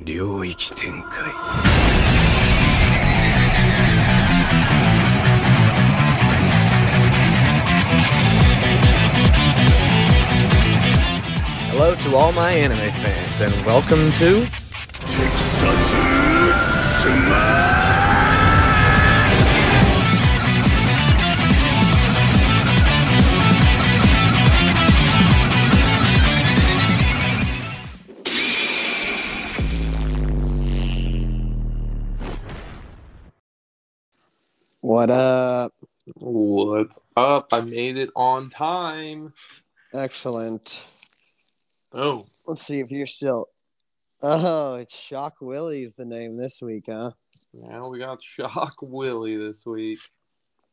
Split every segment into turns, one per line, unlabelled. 領域展開
Hello to all my anime fans, and welcome to.
テキサススマ
What up?
What's up? I made it on time.
Excellent.
Oh,
Let's see if you're still. Oh, it's Shock Willie's the name this week, huh?
now we got Shock Willie this week.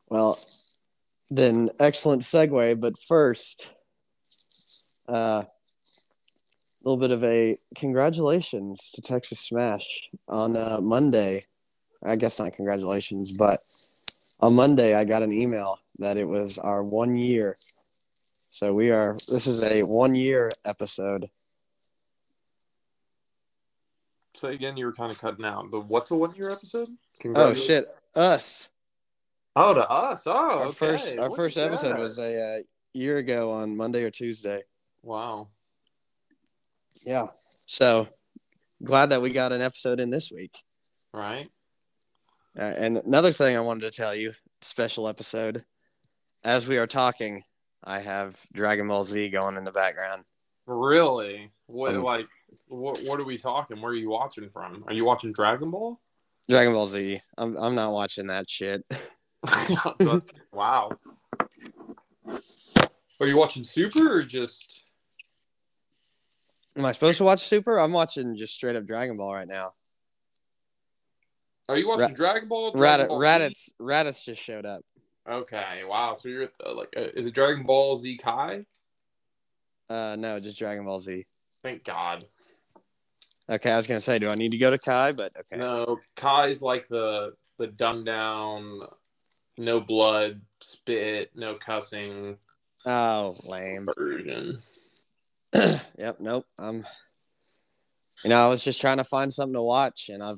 Well, then excellent segue. But first, a uh, little bit of a congratulations to Texas Smash on uh, Monday. I guess not congratulations, but on Monday I got an email that it was our one year. So we are. This is a one year episode.
Say again, you were kind of cutting out. The what's a one year episode?
Oh
Congratulations.
shit! Us.
Oh, to us. Oh,
our
okay.
first our
Look
first
at
episode
that.
was a uh, year ago on Monday or Tuesday.
wow.
Yeah. So glad that we got an episode in this week.
Right?
Uh, and another thing I wanted to tell you, special episode. As we are talking, I have Dragon Ball Z going in the background.
Really? What
Um,
like? What What are we talking? Where are you watching from? Are you watching Dragon Ball?
Dragon Ball Z. I'm I'm not watching that shit.
So, wow. Are you watching Super or just?
Am I supposed to watch Super? I'm watching just straight up Dragon Ball right now.
Are you watching Dragon Ball? Oh,
Raditz
Dragon Ball Z?
Raditz Raditz just showed up.
Okay. Wow. So you're at the, like, uh, is it Dragon Ball Z Kai?
Uh no, just Dragon Ball Z.
Thank God.
Okay, I was gonna say, do I need to go to Kai? But okay.
No, Kai's like the the dumbed down, no blood, spit, no cussing
Oh, lame.
version.
yep. Nope. I'm. You know, I was just trying to find something to watch, and I've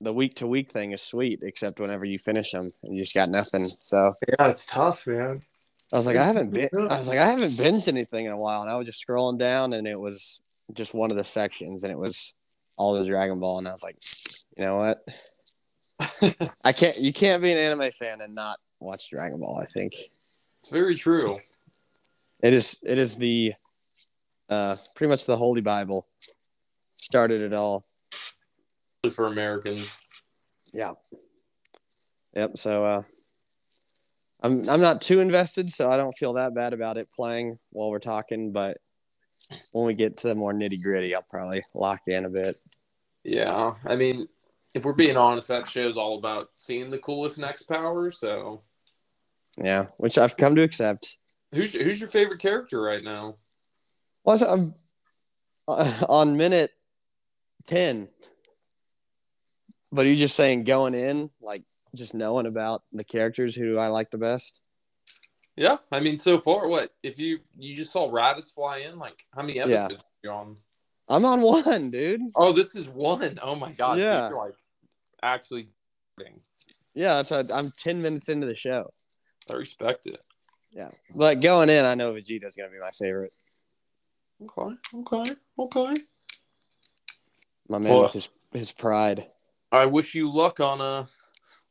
the week to week thing is sweet, except whenever you finish them and you just got nothing. So
Yeah, it's tough, man.
I was like, I haven't been. I was like, I haven't binged anything in a while, and I was just scrolling down, and it was just one of the sections, and it was all the Dragon Ball, and I was like, you know what? I can't. You can't be an anime fan and not watch Dragon Ball. I think
It's very true.
it is. It is the uh, pretty much the holy bible. Started it all.
For Americans,
Yeah. Yep. So uh, I'm I'm not too invested, so I don't feel that bad about it playing while we're talking. But when we get to the more nitty gritty, I'll probably lock in a bit.
yeah. I mean, if we're being honest, that show's all about seeing the coolest next power. So,
Yeah, which I've come to accept.
who's who's your favorite character right now?
Plus, I'm uh, on minute ten. But are you just saying going in, like just knowing about the characters who I like the best?
Yeah, I mean, so far, what if you you just saw Raditz fly in? Like, how many
Yeah.
episodes are you on?
I'm on one, dude.
Oh, this is one. Oh my god.
Yeah.
Yeah. You're like actually recording.
Yeah, that's i I'm ten minutes into the show.
I respect it.
Yeah. But going in, I know Vegeta's going to be my favorite.
Okay. Okay. Okay.
My man
Well-
with his, his pride.
I wish you luck on uh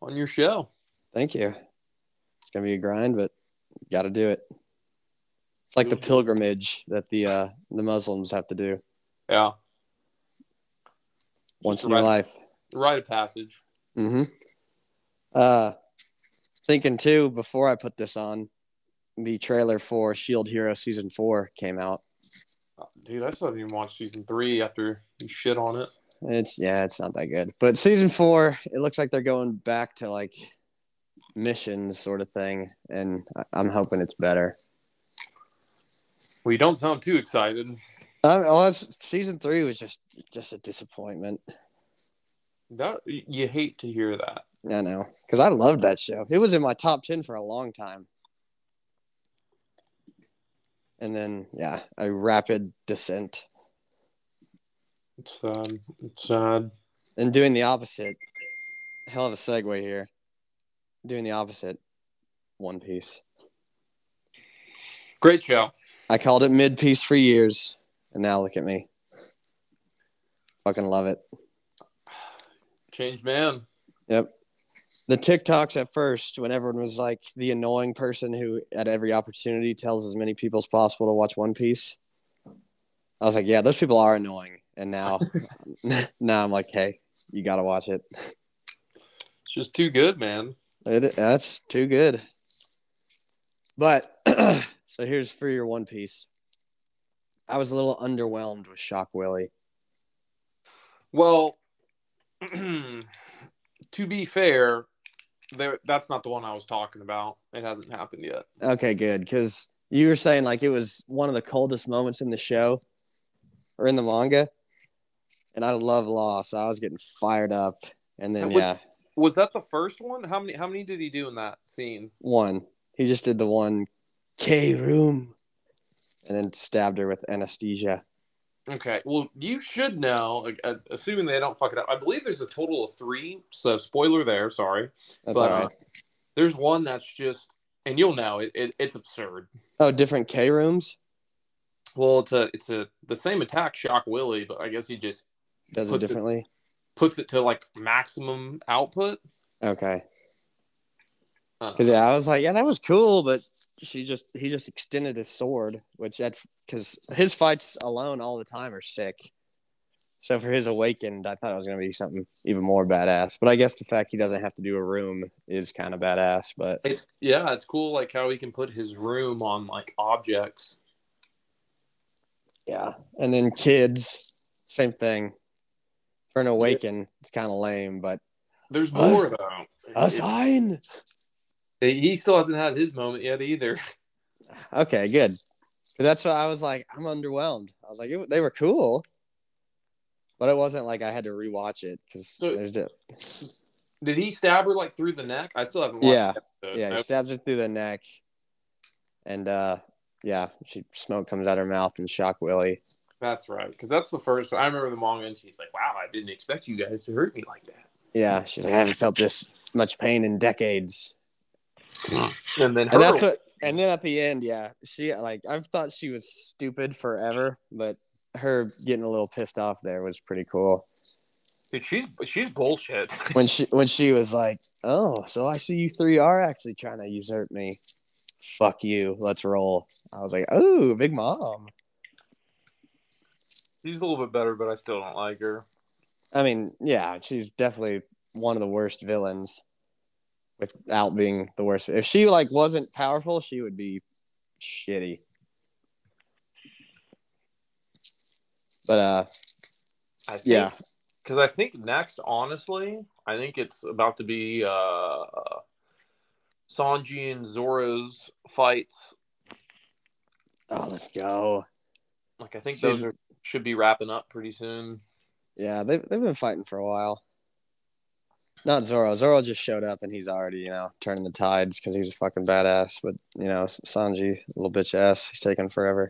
on your show.
Thank you. It's going to be a grind, but got to do it. It's like the pilgrimage that the uh, the Muslims have to do
Yeah.
once in
Right.
their life.
Rite of passage.
Mm-hmm. Uh, thinking too, before I put this on, the trailer for Shield Hero Season 4 came out.
Uh, Dude, I still haven't even watched season three after you shit on it.
It's yeah, it's not that good. But season four, it looks like they're going back to like missions sort of thing, and I- I'm hoping it's better.
Well, you don't sound too excited.
Um, well, that's- season three was just just a disappointment.
That you hate to hear that.
I know because I loved that show. It was in my top ten for a long time, and then yeah, a rapid descent.
It's sad. It's uh, sad.
And doing the opposite. Hell of a segue here. Doing the opposite. One Piece.
Great show.
I called it mid piece for years, and now look at me. Fucking love it.
Change man.
The TikToks at first, when everyone was like the annoying person who at every opportunity tells as many people as possible to watch One Piece. I was like, yeah, those people are annoying. And now, now I'm like, hey, you gotta watch it.
It's just too good, man.
It, that's too good. But so here's for your One Piece. I was a little underwhelmed with Shock Willie.
Well, to be fair, there that's not the one I was talking about. It hasn't happened yet.
Okay, good. Because you were saying like it was one of the coldest moments in the show or in the manga, and I love Law, so I was getting fired up. And then
That would-
yeah,
Was that the first one? How many how many did he do in that scene?
one he just did the one K room, and then stabbed her with anesthesia.
Okay. Well, you should know, like, uh, assuming they don't fuck it up. I believe there's a total of 3, so spoiler there, sorry.
That's
But,
all
uh,
right.
There's one that's just and you'll know it, it it's absurd.
Oh, different K rooms
Well, it's a it's a the same attack shock Willie, but I guess he just
does it
Puts it-
differently.
puts it to like maximum output.
Okay.
Uh,
Because yeah, I was like, yeah, that was cool, but she just he just extended his sword, which that because his fights alone all the time are sick. So for his awakened, I thought it was gonna be something even more badass. But I guess the fact he doesn't have to do a room is kind of badass. But
It's yeah, it's cool like how he can put his room on like objects.
yeah, and then kids, same thing. For an awaken, it's kind of lame, but
There's
Us-
more though.
a sign.
He- he still hasn't had his moment yet either.
Okay, good. 'Cause That's why I was like, I'm underwhelmed. I was like, it, they were cool, but it wasn't like I had to rewatch it because
So-
there's a,
Did he stab her like through the neck? I still haven't watched
Yeah.
the episode.
yeah, he
Nope.
stabs her through the neck, and uh, yeah, she smoke comes out her mouth and shock Willie.
That's right. Because that's the first I remember the manga and she's like, Wow, I didn't expect you guys to hurt me like that.
Yeah, she's like, I haven't felt this much pain in decades,
And then her,
and that's what. And then at the end, yeah, she like I've thought she was stupid forever, but her getting a little pissed off there was pretty cool.
dude, she's she's bullshit.
when she when she was like, "Oh, so I see you three are actually trying to usurp me. Fuck you. Let's roll." I was like, "Oh, big mom."
she's a little bit better, but I still don't like her.
I mean, yeah, she's definitely one of the worst villains without being the worst. If she like wasn't powerful, she would be shitty. But uh
I think
yeah,
because I think next, honestly, I think it's about to be uh, Sanji and Zora's fights.
oh, let's go.
Like I think
See-
those are, should be wrapping up pretty soon.
Yeah, they've they've been fighting for a while. Not Zoro. Zoro just showed up and he's already, you know, turning the tides because he's a fucking badass. But you know, Sanji, little bitch ass, he's taking forever.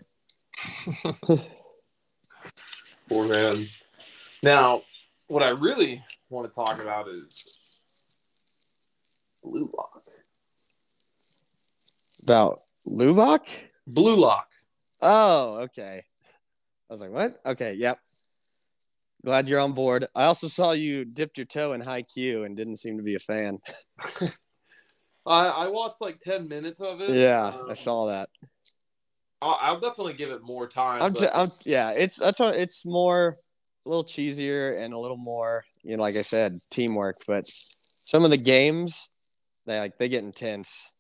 Poor man. Now, what I really want to talk about is Blue Lock.
About Lubak?
Blue Lock.
Oh, okay. I was like, what? Okay, yep. Glad you're on board. I also saw you dipped your toe in high Q and didn't seem to be a fan.
I, I watched like ten minutes of it.
Yeah,
Um,
I saw that.
I'll, I'll definitely give it more time.
I'm,
but
t- I'm yeah, it's that's what it's more a little cheesier and a little more, you know, like I said, teamwork. But some of the games, they like they get intense.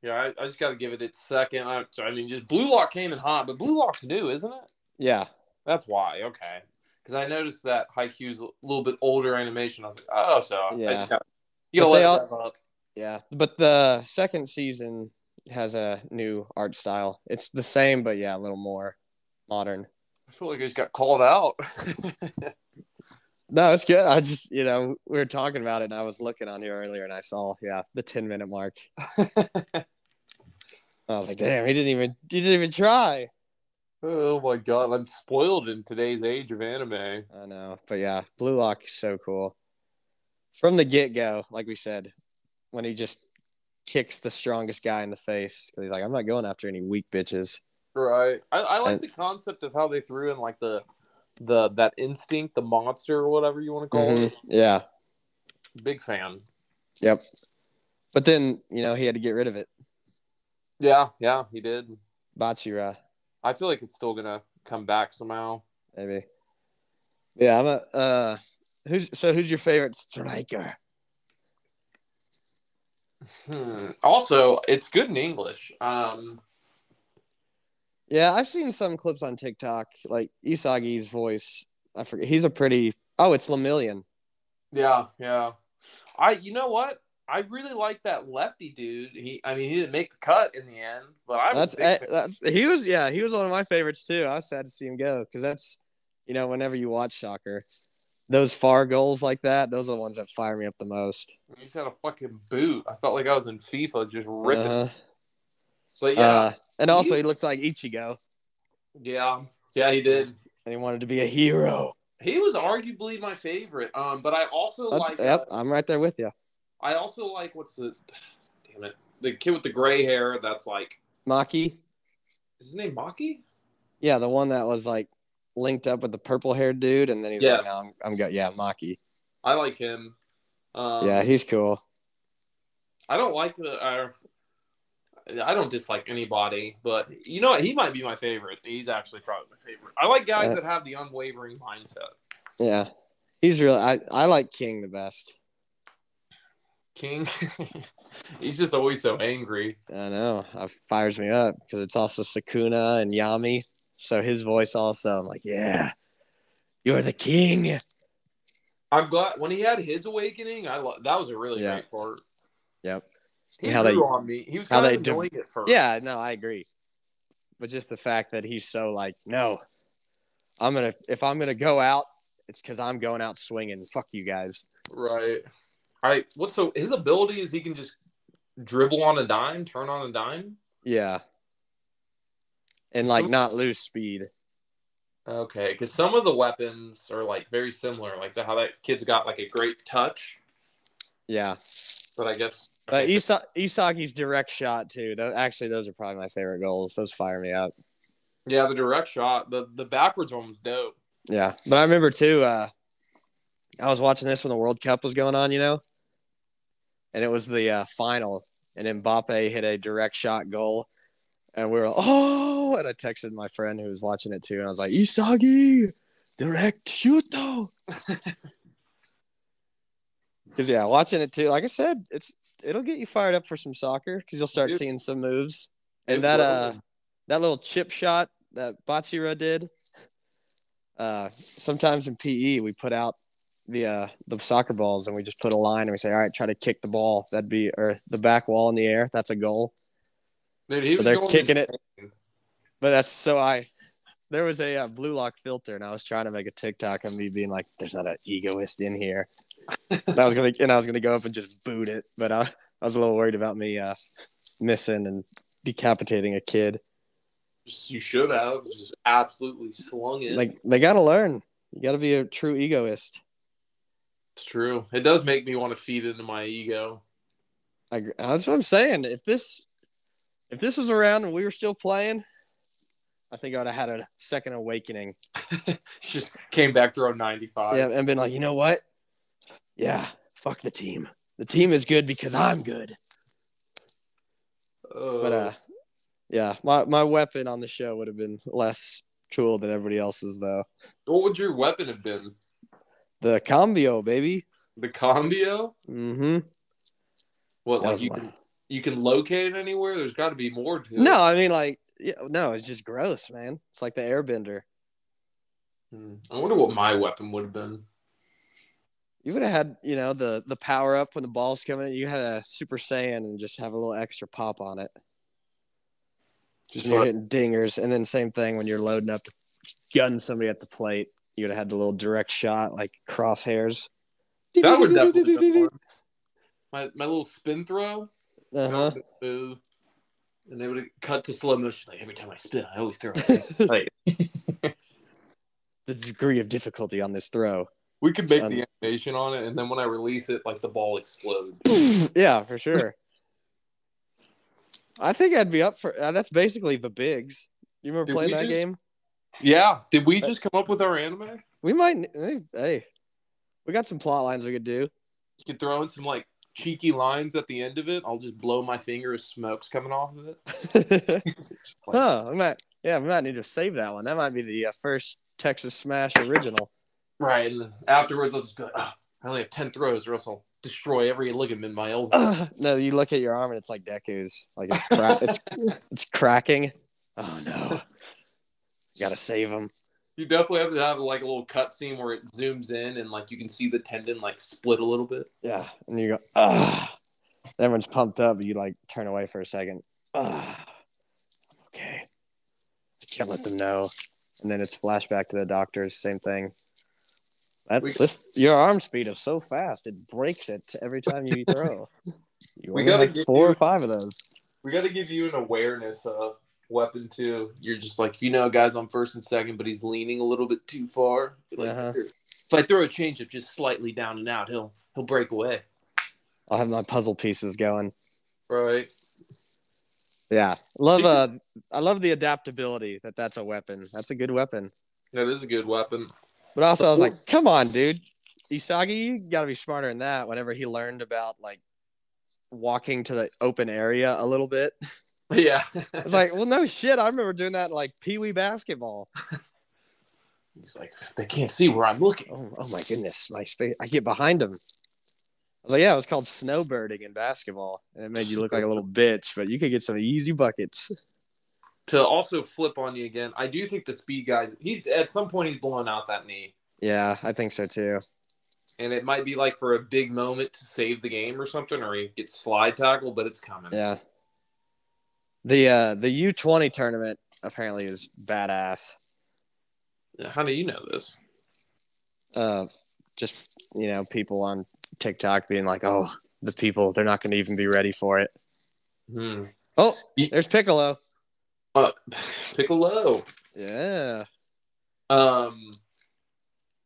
yeah, I, I just got to give it its second. I, I mean, just Blue Lock came in hot, but Blue Lock's new, isn't it?
Yeah,
That's why. Okay. Because I noticed that Haikyuu's a little bit older animation. I was like, oh, so I
Yeah.
just got you gotta
But
let
they
it
all-
rev up.
yeah. But the second season has a new art style. It's the same, but yeah, a little more modern.
I feel like I just got called out.
No, it's good. I just you know we were talking about it, and I was looking on here earlier, and I saw yeah the ten minute mark. I was like, damn, he didn't even he didn't even try.
Oh my god, I'm spoiled in today's age of anime.
I know, but yeah, Blue Lock is so cool. From the get go, like we said, when he just kicks the strongest guy in the face, 'cause he's like, "I'm not going after any weak bitches."
Right. I, I like
And-
the concept of how they threw in like the the that instinct, the monster or whatever you want to call it.
Yeah, Mm-hmm.
Big fan.
yep. But then you know he had to get rid of it,
Yeah, yeah, he did.
Bachira,
I feel like it's still gonna come back somehow.
maybe. Yeah, I'm a. Uh, who's so? Who's your favorite striker?
Hmm. Also, it's good in English. Um,
Yeah, I've seen some clips on TikTok, like Isagi's voice. I forget. He's a pretty. Oh, it's Lamillion.
yeah, yeah. I you know what? I really like that lefty dude. He I mean he didn't make the cut in the end, but I was
that's,
a big fan.
eh, that's he was yeah he was one of my favorites too. I was sad to see him go because that's you know whenever you watch soccer, those far goals like that, those are the ones that fire me up the most.
he just had a fucking boot. I felt like I was in FIFA just ripping.
Uh-huh.
But yeah,
Uh, and also he looked like Ichigo
yeah, yeah, he did.
and he wanted to be a hero.
He was arguably my favorite. Um, but I also
That's,
like
yep,
uh,
I'm right there with you,
I also like what's the damn it the kid with the gray hair. That's like
Maki.
is his name Maki?
Yeah, the one that was like linked up with the purple haired dude, and then he's
Yes.
like, no, I'm, I'm go yeah Maki.
I like him. Um,
yeah, he's cool.
I don't like the. I, I don't dislike anybody, but you know what? He might be my favorite. He's actually probably my favorite. I like guys
Uh,
that have the unwavering mindset.
Yeah, he's real. I I like King the best.
King, he's just always so angry.
I know. It fires me up because it's also Sakuna and Yami. So his voice also, I'm like, yeah, you're the king.
I'm glad when he had his awakening. I lo- that was a really
Yeah.
great part.
Yep.
He
And how
grew
they-
on me. He was
how
kind of
they div-
annoying at first.
Yeah, no, I agree. But just the fact that he's so like, no, I'm going to, if I'm going to go out, it's because I'm going out swinging. Fuck you guys.
Right. All right. What's so his ability is he can just dribble on a dime, turn on a dime.
Yeah. And like not lose speed.
Okay, because some of the weapons are like very similar, like the, how that kid's got like a great touch,
Yeah.
but I guess
But
okay,
Isa- Isaki's direct shot, too. Tho- actually, those are probably my favorite goals. Those fire me up.
yeah, the direct shot, the the backwards one was dope.
Yeah, but I remember too. Uh, I was watching this when the World Cup was going on, you know, and it was the uh, final, and Mbappe hit a direct shot goal, and we were oh, and I texted my friend who was watching it too, and I was like, Isagi, direct shooto. Because yeah, watching it too. Like I said, it's it'll get you fired up for some soccer because you'll start
Dude.
seeing some moves
It
and that uh
was.
that little chip shot that Bachira did. Uh, sometimes in PE we put out the uh, the soccer balls and we just put a line and we say, all right, try to kick the ball. That'd be or the back wall in the air. That's a goal.
dude, he
so
was
they're
going
kicking it.
insane.
But that's so I. There was a uh, blue lock filter, and I was trying to make a TikTok of me being like, "There's not an egoist in here." and I was gonna and I was gonna go up and just boot it, but I, I was a little worried about me uh, missing and decapitating a kid.
Just- You should have just absolutely slung it.
like they gotta learn you gotta be a true egoist
it's true. It does make me want to feed into my ego.
I, gr- that's what i'm saying if this if this was around and we were still playing i think i would have had a second awakening
just came back to our ninety five.
yeah and been like you know what yeah fuck the team the team is good because i'm good but uh yeah my, my weapon on the show would have been less cool than everybody else's though
what would your weapon have been?
the combio baby
The combio?
mm-hmm That
What like
was
you
my-
can you can locate it anywhere? There's got to be more to it.
no i mean like yeah, no it's just gross man it's like the airbender
Hmm. I wonder what my weapon would have been.
You would have had, you know, the the power up when the ball's coming in. You had a Super Saiyan and just have a little extra pop on it.
Just
And you're
like,
hitting dingers, and then same thing when you're loading up, to gun somebody at the plate. You'd have had the little direct shot, like crosshairs.
that would definitely have been one. my my little spin throw.
Uh huh.
That would have been- and they would cut to slow motion. Like every time I spit, I always throw. it."
the degree of difficulty on this throw.
we could make
Son.
the animation on it, and then when I release it, like the ball explodes.
yeah, for sure. I think I'd be up for uh, that's basically the bigs. You remember
Did
playing
we
that
just-
game?
yeah, did we just come up with our anime?
We might hey, hey, we got some plot lines we could do.
You could throw in some like cheeky lines at the end of it. I'll just blow my finger as smoke's coming off of it.
huh, we might, yeah, we might need to save that one. That might be the uh, first Texas Smash original.
Right, and then afterwards I'll just be like, "Ah, I only have ten throws, or else I'll destroy every ligament in my elbow.
no, you look at your arm and it's like Deku's, like it's cra- it's it's cracking. Oh no, gotta save him.
You definitely have to have like a little cutscene where it zooms in and like you can see the tendon like split a little bit.
Yeah, and you go, ah. Everyone's pumped up, but you like turn away for a second. Ah, okay. I can't let them know. And then it's flashback to the doctors. Same thing. That's
We-
this, your arm speed is so fast it breaks it every time you throw. You
We
only
gotta
have
get
four
you-
or five of those.
We got to give you an awareness of weapon too. You're just like you know, guys on first and second, but he's leaning a little bit too far. Like,
Uh-huh.
If I throw a changeup just slightly down and out, he'll he'll break away.
I'll have my puzzle pieces going.
Right.
Yeah, love.
You
Uh,
can-
I love the adaptability that that's a weapon. That's a good weapon.
That is a good weapon.
But also, I was like, come on, dude. Isagi, you got to be smarter than that. Whenever he learned about like walking to the open area a little bit,
Yeah.
it's like, well, no shit. I remember doing that in like Pee Wee basketball.
he's like they can't see where I'm looking.
Oh, oh my goodness, my space. I get behind him. I was like, yeah, it was called snowbirding in basketball, and it made you look like a little bitch, but you could get some easy buckets.
To also flip on you again, I do think the speed guy. He's at some point he's blowing out that knee,
Yeah, I think so too.
and it might be like for a big moment to save the game or something, or he gets slide tackled, but it's coming.
Yeah. The uh the U twenty tournament apparently is badass.
How do you know this?
uh, just you know people on TikTok being like, "Oh, the people they're not going to even be ready for it."
Hmm.
Oh,
Ye-
there's Piccolo.
Uh, Piccolo.
Yeah,
Um,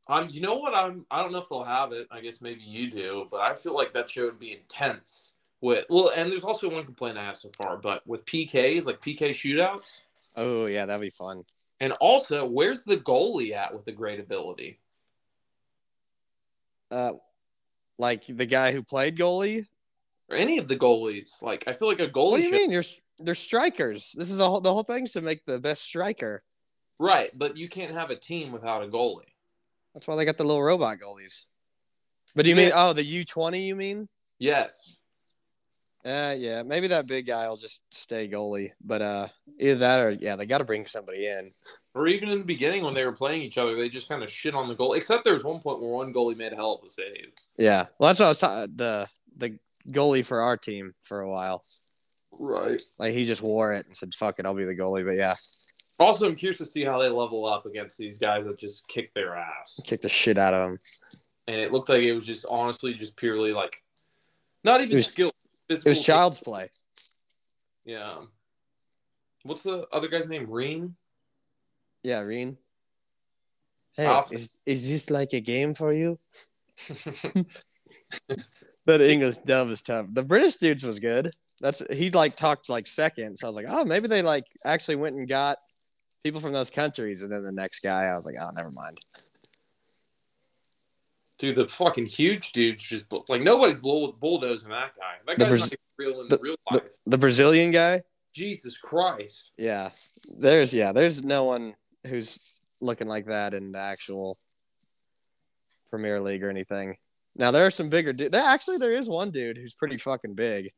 I'm. You know what? I'm. I don't know if they'll have it. I guess maybe you do, but I feel like that show would be intense. With well, and there's also one complaint I have so far, but with PKs, like PK shootouts,
oh yeah, that'd be fun.
and also where's the goalie at with the great ability?
Uh, like the guy who played goalie.
Or any of the goalies? Like I feel like a goalie.
What do you
should-
mean? You're they're strikers. This is a whole, the whole thing's to make the best striker.
Right, but you can't have a team without a goalie.
That's why they got the little robot goalies. But do you mean oh the U twenty? You mean?
Yes.
Uh, yeah, maybe that big guy will just stay goalie. But uh, either that or yeah, they got to bring somebody in.
Or even in the beginning when they were playing each other, they just kind of shit on the goal. Except there was one point where one goalie made a hell of a save.
Yeah, well, that's what I was talking. The the goalie for our team for a while,
Right.
like he just wore it and said, "Fuck it, I'll be the goalie." But yeah,
Also, I'm curious to see how they level up against these guys that just kick their ass.
kicked the shit out of him.
And it looked like it was just honestly just purely like not
It
even
was-
skill.
It
physical-
was child's play.
Yeah. What's the other guy's name? Reen?
Yeah, Reen. Hey,
Awesome.
is, is this like a game for you? That English dub is tough. The British dudes was good. That's he like talked like second, so I was like, oh, maybe they like actually went and got people from those countries, and then the next guy, I was like, oh, never mind.
Dude, the fucking huge dude's just bull- like nobody's bull- bulldozing that guy. That
The
guy's
Braz-
not even real in
the-
real
The,
life.
the Brazilian guy.
Jesus Christ.
Yeah. There's yeah, there's no one who's looking like that in the actual Premier League or anything. Now there are some bigger dude. There actually there is one dude who's pretty fucking big.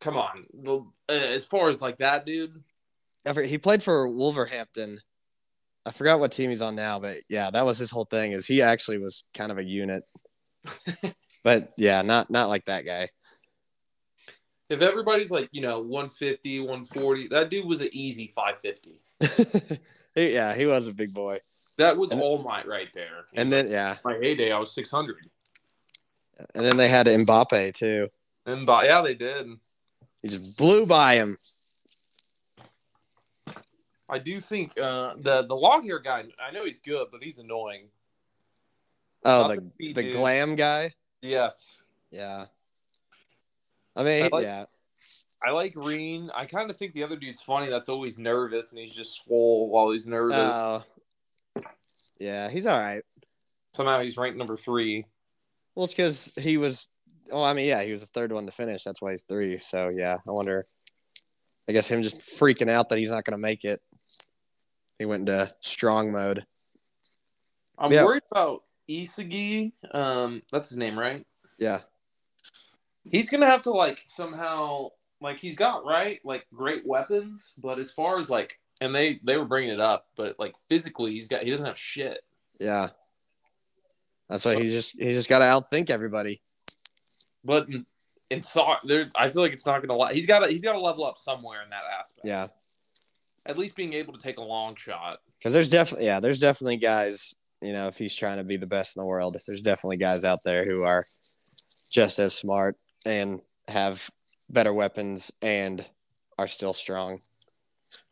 Come on. The, uh, as far as like that dude,
I forget- He played for Wolverhampton. I forgot what team he's on now, but yeah, that was his whole thing is he actually was kind of a unit. but yeah, not not like that guy.
if everybody's like, you know, 150, 140, that dude was an easy 550.
He- yeah, he was a big boy.
That was
And-
all might right there.
And then yeah,
my heyday, I was 600.
and then they had Mbappe too.
And but yeah, they did.
He just blew by him.
I do think uh, the the long hair guy. I know he's good, but he's annoying.
Oh,
Not
the
speed,
the
dude.
glam guy.
Yes,
Yeah. I mean,
I like-
yeah.
I like Reen. I kind of think the other dude's funny. That's always nervous, and he's just swole while he's nervous.
Oh. Yeah, he's all right.
Somehow he's ranked number three.
Well, it's because he was. Well, I mean, yeah, he was the third one to finish. That's why he's three. So yeah, I wonder. I guess him just freaking out that he's not going to make it. He went into strong mode.
I'm
Yeah.
worried about Isagi. Um, that's his name, right?
Yeah.
He's gonna have to like somehow like he's got right like great weapons, but as far as like and they they were bringing it up, but like physically he's got he doesn't have shit.
Yeah. That's why he's just he's just got to outthink everybody.
But in, in so there, I feel like it's not gonna. Li- he's got to he's got to level up somewhere in that aspect.
Yeah,
At least being able to take a long shot.
because there's definitely yeah there's definitely guys you know if he's trying to be the best in the world there's definitely guys out there who are just as smart and have better weapons and are still strong.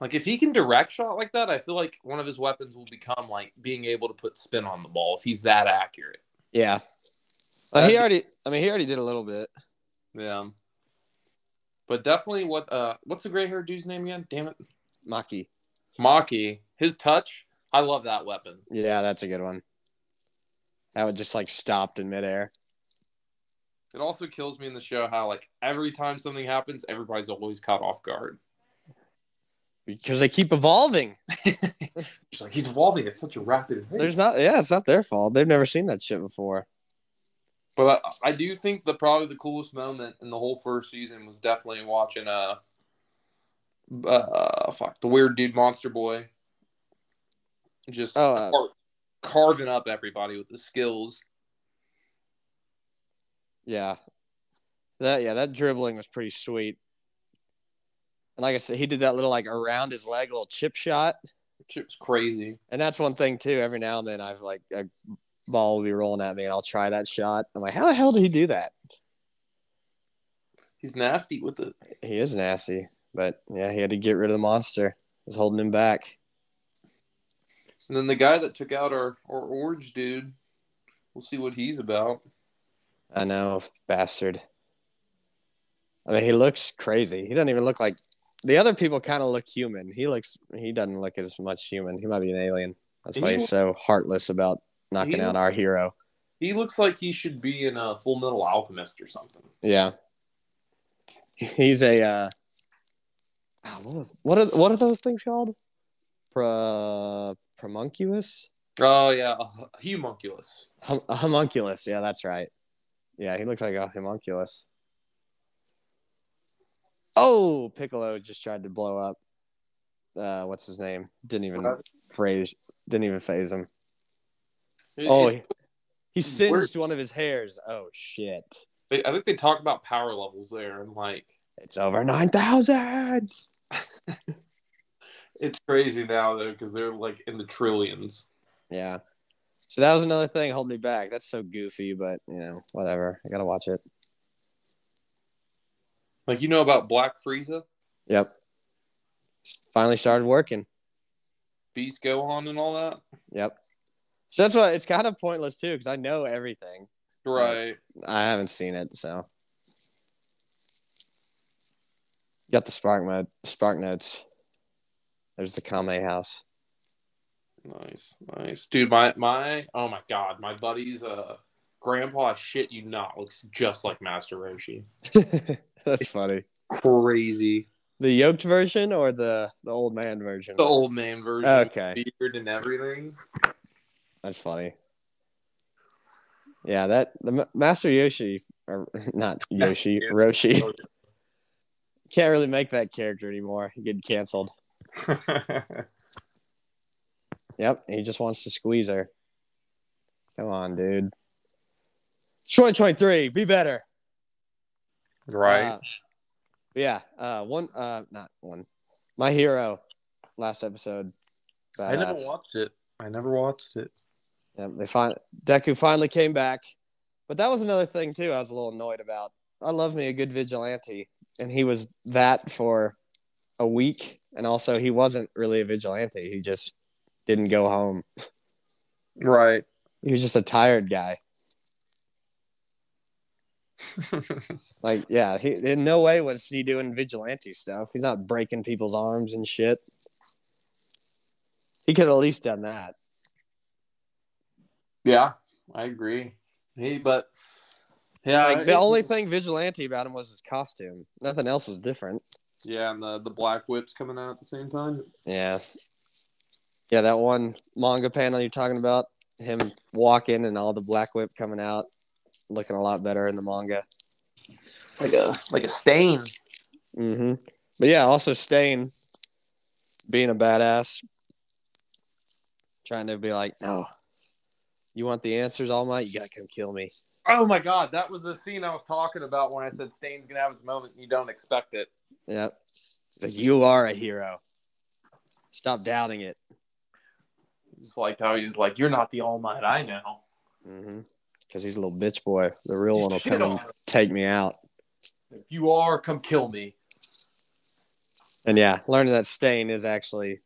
Like if he can direct shot like that, I feel like one of his weapons will become like being able to put spin on the ball if he's that accurate.
Yeah. Uh,
That'd
he
be-
already I mean he already did a little bit.
Yeah. But definitely, what uh, what's the gray haired dude's name again? Damn it,
Maki.
Maki. His touch, I love that weapon.
Yeah, that's a good one. That would just like stopped in midair.
It also kills me in the show how like every time something happens, everybody's always caught off guard.
Because they keep evolving.
It's like he's evolving at such a rapid rate.
There's not yeah, it's not their fault. They've never seen that shit before.
But I, I do think the probably the coolest moment in the whole first season was definitely watching uh, uh fuck the weird dude monster boy just
Oh, uh,
car- carving up everybody with his skills.
Yeah. That yeah, that dribbling was pretty sweet. And like I said, he did that little like around his leg little chip shot.
Shit was crazy.
And that's one thing too. Every now and then I've like a ball will be rolling at me and I'll try that shot. I'm like, how the hell did he do that?
He's nasty with it.
He is nasty, but yeah, he had to get rid of the monster. It was holding him back.
And then the guy that took out our our orange dude, we'll see what he's about.
I know, bastard. I mean, he looks crazy. He doesn't even look like the other people. Kind of look human. He looks. He doesn't look as much human. He might be an alien. That's why
He-
he's so heartless about knocking
he-
out our hero.
He looks like he should be in a Full Metal Alchemist or something.
Yeah. He's a. Uh, ah, what, was, what are what are those things called? Pro, promunculus.
Oh yeah, a homunculus.
Hum- a homunculus. Yeah, that's right. Yeah, he looked like a homunculus. Oh, Piccolo just tried to blow up. Uh, what's his name? Didn't even phrase. Didn't even phase him. Oh, he, he singed one of his hairs. Oh shit!
They, I think they talk about power levels there, and like
It's over nine thousand.
it's crazy now though because they're like in the trillions.
Yeah. So that was another thing holding me back. That's so goofy, but you know, whatever. I gotta watch it.
Like you know about Black Frieza,
Yep. Finally started working.
Beast Gohan, and all that.
Yep. So that's why it's kind of pointless too, because I know everything.
Right.
I haven't seen it, so got the spark mode, spark notes. There's the Kame house.
Nice, nice, dude. My my oh my god, my buddy's uh grandpa. I Shit, you not looks just like Master Roshi.
That's funny.
Crazy.
The yoked version or the the old man version?
The old man version,
Okay,
beard and everything.
that's funny. Yeah, that the Ma- Master Yoshi or not Yoshi
Yoshi.
Roshi can't really make that character anymore. He get canceled. Yep, he just wants to squeeze her. Come on, dude. 2023, be better.
right.
Uh, yeah. Uh, one. Uh, not one. My hero. Last episode.
I never
Badass.
watched it. I never watched it.
Yep, they fin- Deku finally came back, but that was another thing too. I was a little annoyed about. I love me a good vigilante, and he was that for a week, and also he wasn't really a vigilante. He just didn't go home.
Right.
He was just a tired guy. Like, yeah, he in no way was he doing vigilante stuff. He's not breaking people's arms and shit. He could at least done that.
yeah, I agree. Hey, but yeah,
like the
it-
only thing vigilante about him was his costume. Nothing else was different.
yeah, and the the black whips coming out at the same time.
Yeah. Yeah, that one manga panel you're talking about, him walking and all the black whip coming out, looking a lot better in the manga.
Like a like a stain.
hmm But yeah, also Stain being a badass, trying to be like, no, you want the answers, All Might? You gotta come kill me.
Oh my god, that was the scene I was talking about when I said Stain's gonna have his moment. and You don't expect it.
Yep. Like, you are a hero. Stop doubting it.
Just like how he's like, "You're not the All Might I know."
Mm-hmm. Because he's a little bitch boy. The real one will
Shit
come and
on him.
take me out.
If you are, come kill me.
And yeah, learning that Stain is actually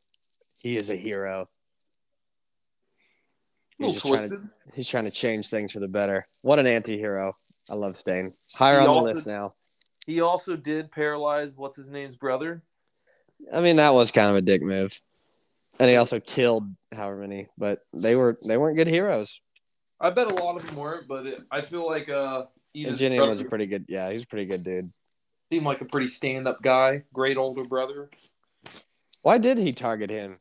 he is a hero. He's just trying to, he's trying to change things for the better. What an anti-hero. I love Stain. Higher
He
on
also-
the list now.
He also did paralyze what's his name's brother.
I mean, that was kind of a dick move. And he also killed however many, but they were they weren't good heroes.
I bet a lot of them weren't, but it, I feel like uh,
And
Edith's
Jinian
brother
was a pretty good yeah, he's a pretty good dude.
seemed like a pretty stand-up guy, great older brother,
Why did he target him?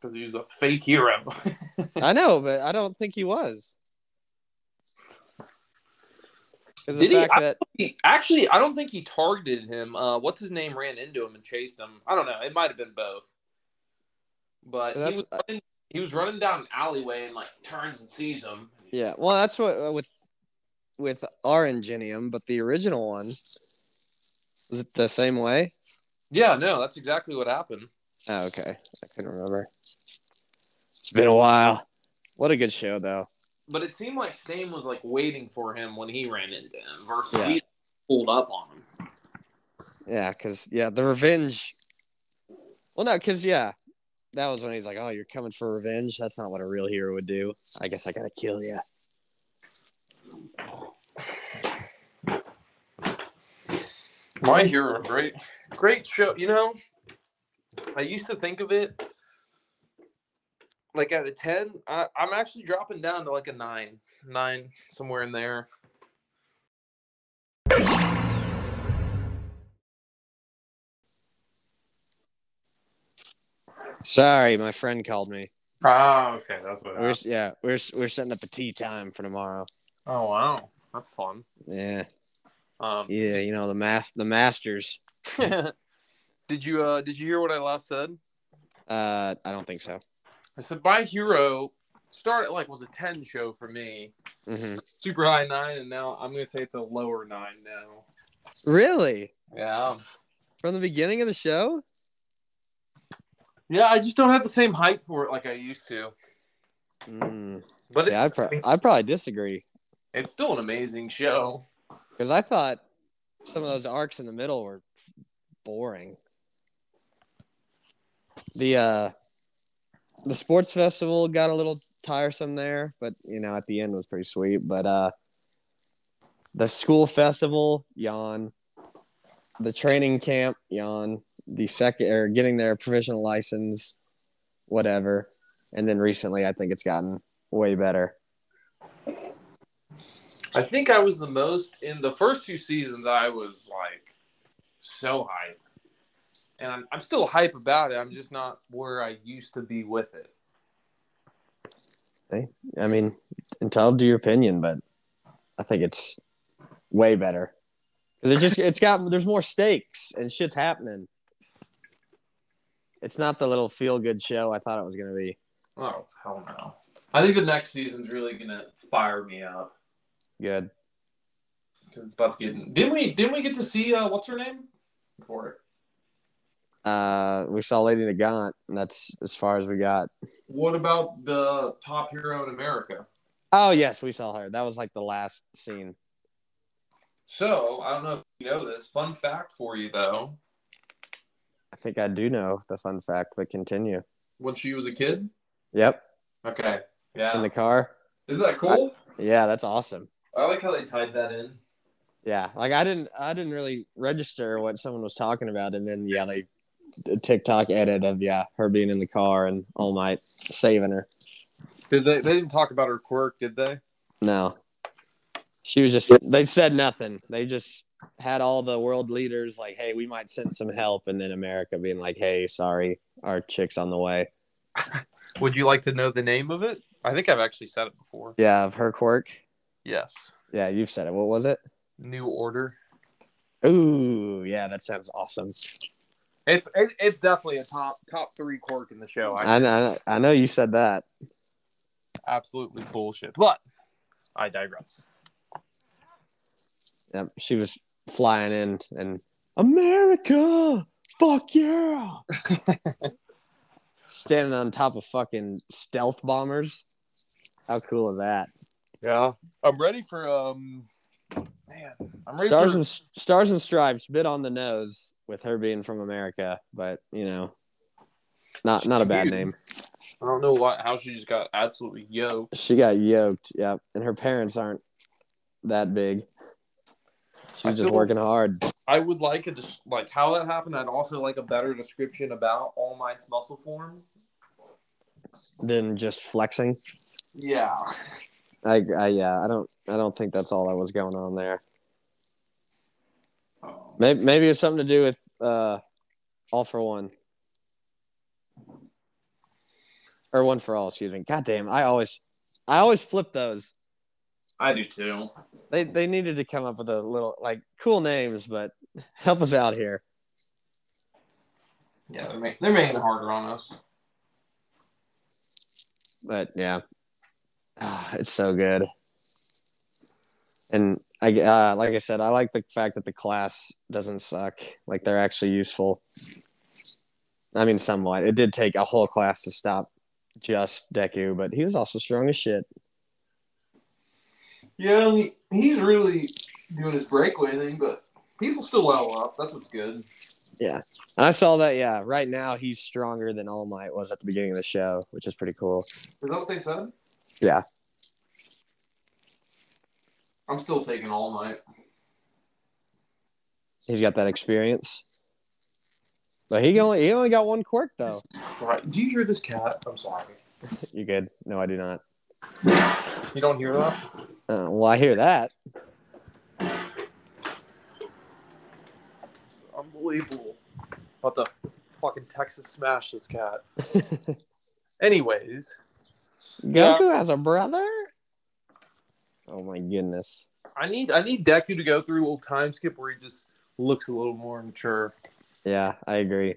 because he was a fake hero.
I know, but I don't think he was. Because the
Did he?
fact
I-
that
He- Actually, I don't think he targeted him. Uh, what's his name ran into him and chased him. I don't know. It might have been both. But he
That's-
was, running, he was running down an alleyway and like turns and sees him.
Yeah, well, that's what uh, with with our Ingenium, but the original one was it the same way?
Yeah, no, that's exactly what happened.
Oh, okay, I couldn't remember. It's been a while. What a good show, though.
But it seemed like Stain was like waiting for him when he ran into him versus
Yeah.
he pulled up on him.
Yeah, because yeah, the revenge. Well, no, because yeah, that was when he's like, "Oh, you're coming for revenge." That's not what a real hero would do. I guess I gotta kill you.
My hero, great, great show. You know, I used to think of it like at a ten. I, I'm actually dropping down to like a nine, nine somewhere in there.
Sorry, my friend called me.
Ah, okay, that's what.
We're s- yeah, we're s- we're setting up a tea time for tomorrow.
Oh wow, that's fun.
Yeah,
Um,
yeah, you know the math, the masters.
did you uh did you hear what I last said?
Uh, I don't think so.
I said my hero started like was a ten show for me,
hmm
super high nine, and now I'm gonna say it's a lower nine now.
Really?
Yeah.
From the beginning of the show?
Yeah, I just don't have the same hype for it like I used to.
Mm.
But
See, I, pro- I probably disagree
It's still an amazing show.
because I thought some of those arcs in the middle were boring. The uh, the sports festival got a little tiresome there, but you know at the end was pretty sweet. But uh, the school festival yawn, the training camp yawn, the second or getting their provisional license, whatever, and then recently I think it's gotten way better.
I think I was the most in the first two seasons. I was like so hype, and I'm, I'm still hype about it. I'm just not where I used to be with it.
I mean, entitled to your opinion, but I think it's way better because it just it's got there's more stakes and shit's happening. It's not the little feel good show I thought it was gonna be.
Oh hell no! I think the next season's really gonna fire me up
Good.
because it's about to get. Didn't we? Didn't we get to see uh, what's her name? For it.
Uh, we saw Lady Nagant, and that's as far as we got.
What about the top hero in America?
Oh yes, we saw her. That was like the last scene.
So I don't know if you know this. Fun fact for you though.
I think I do know the fun fact, but continue.
when she was a kid.
Yep.
Okay.
In
Yeah.
the car.
Isn't that cool?
Yeah, that's awesome.
I, like how they tied that in.
Yeah, like I didn't, I didn't really register what someone was talking about, and then yeah, they the TikTok edit of yeah her being in the car and All Might saving her.
Did they? They didn't talk about her quirk, did they?
No, she was just. They said nothing. They just had all the world leaders like, "Hey, we might send some help," and then America being like, "Hey, sorry, our chick's on the way."
Would you like to know the name of it? I think I've actually said it before.
Yeah, of her quirk.
Yes.
Yeah, you've said it. What was it?
New order.
Ooh, yeah, that sounds awesome.
It's it, it's definitely a top top three quirk in the show. I,
I, I I know you said that.
absolutely bullshit, but I digress.
Yep, she was flying in and America, fuck yeah, standing on top of fucking stealth bombers. How cool is that?
Yeah, I'm ready for um, man, I'm ready
Stars
for
and stars and stripes, bit on the nose with her being from America, but you know, not not a bad
Dude.
name.
I don't know why how she just got absolutely yoked.
She got yoked. Yep, and her parents aren't that big.
I
She's just
feel
working
like-
hard.
I would like a dis- like how that happened. I'd also like a better description about All Might's muscle form.
Then just flexing.
Yeah,
I, I yeah, I don't I don't think that's all that was going on there. Maybe, maybe it's something to do with uh, all for one or one for all. Excuse me. God damn, I always, I always flip those.
I do too.
They they needed to come up with a little like cool names, but help us out here.
Yeah, they're, ma- they're making it harder on us.
But yeah, Ah, it's so good. And I uh, like I said, I like the fact that the class doesn't suck. Like they're actually useful. I mean, somewhat. It did take a whole class to stop just Deku, but he was also strong as shit.
Yeah, and he, he's really doing his breakaway thing, but people still level up. That's what's good.
I saw that. Yeah, right now he's stronger than All Might was at the beginning of the show, which is pretty cool.
Is that what they said?
Yeah.
I'm still taking All Might.
He's got that experience. But he only he only got one quirk though.
Right. Do you hear this cat? I'm sorry.
You good? No, I do not.
You don't hear that?
Uh, well, I hear that.
It's unbelievable. What the fucking Texas smash this cat. Anyways, Yeah.
Goku has a brother? Oh my goodness.
I need I need Deku to go through old time skip where he just looks a little more mature.
Yeah, I agree.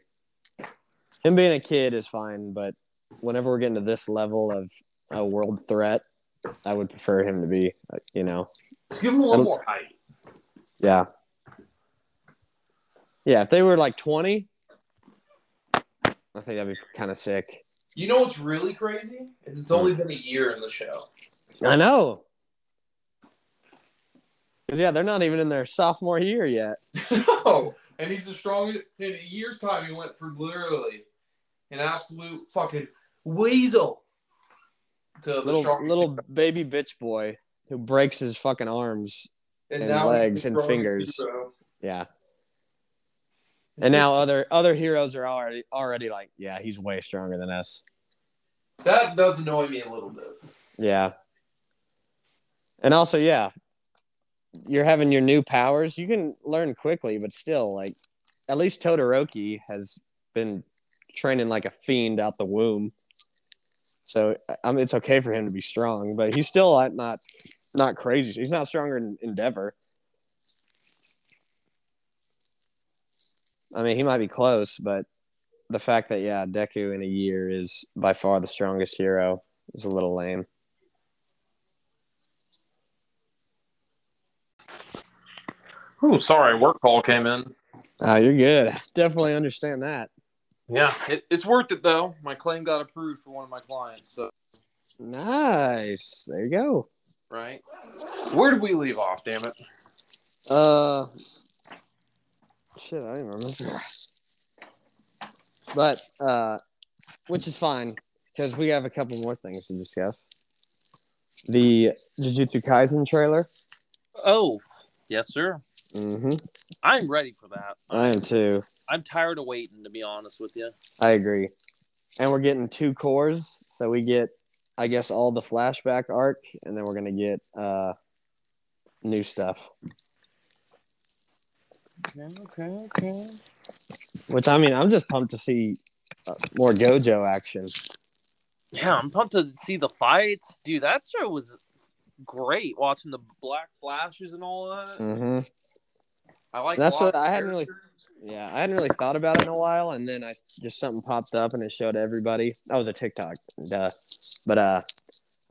Him being a kid is fine, but whenever we're getting to this level of a world threat, I would prefer him to be, uh, you know.
Just give him a little more height.
Yeah. Yeah, if they were like 20, I think that'd be kind of sick.
You know what's really crazy? Is
Hmm.
it's only been a year in the show.
I know. Cuz yeah, they're not even in their sophomore year yet.
no. And he's the strongest in a year's time he went from literally an absolute fucking weasel to the
Little
strongest
little baby bitch boy who breaks his fucking arms and
now he's the
legs and
strongest
fingers.
hero.
Yeah. And now other other heroes are already already like, yeah, he's way stronger than us.
that does annoy me a little bit.
Yeah. And also, yeah, you're having your new powers. You can learn quickly, but still, like, at least Todoroki has been training like a fiend out the womb. So I- I mean, it's okay for him to be strong, but he's still like, not not crazy. He's not stronger than Endeavor. I mean, he might be close, but the fact that yeah, Deku in a year is by far the strongest hero is a little lame.
Oh, sorry, work call came in.
Oh, you're good. Definitely understand that.
Yeah, it, it's worth it though. My claim got approved for one of my clients. So
Nice. There you go.
right, where did we leave off? Damn it!
Uh, shit, I don't even remember. But uh, which is fine because we have a couple more things to discuss. The Jujutsu Kaisen trailer.
Oh, yes, sir.
Mm-hmm.
I'm ready for that.
I am too.
I'm tired of waiting, to be honest with you.
I agree. And we're getting two cores, so we get, I guess, all the flashback arc, and then we're gonna get uh, new stuff.
Okay, okay, okay.
Which I mean, I'm just pumped to see uh, more Gojo action.
Yeah, I'm pumped to see the fights, dude. That show was great. Watching the black flashes and all that.
Mm-hmm.
I like.
That's
a lot
what
of
I hadn't really-
characters.
Yeah, I hadn't really thought about it in a while, and then I just something popped up and it showed everybody. That was a TikTok, duh. But uh,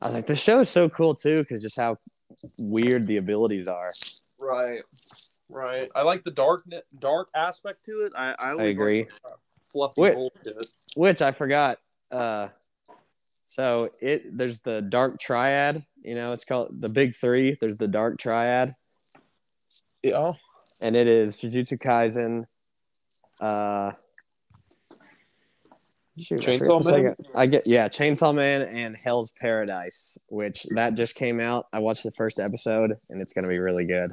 I was like, the show is so cool too, because just how weird the abilities are.
Right, right. I like the dark dark aspect to it. I I, like uh,
agree.
Fluffy
Wait.
bullshit.
Which I forgot. Uh, so it there's the dark triad. You know, it's called the big three. There's the dark triad,
Yeah.
and it is Jujutsu Kaisen. Uh, shoot, I forget
Chainsaw
the
Man?
second- I get yeah, Chainsaw Man and Hell's Paradise, which that just came out. I watched the first episode, and it's gonna be really good.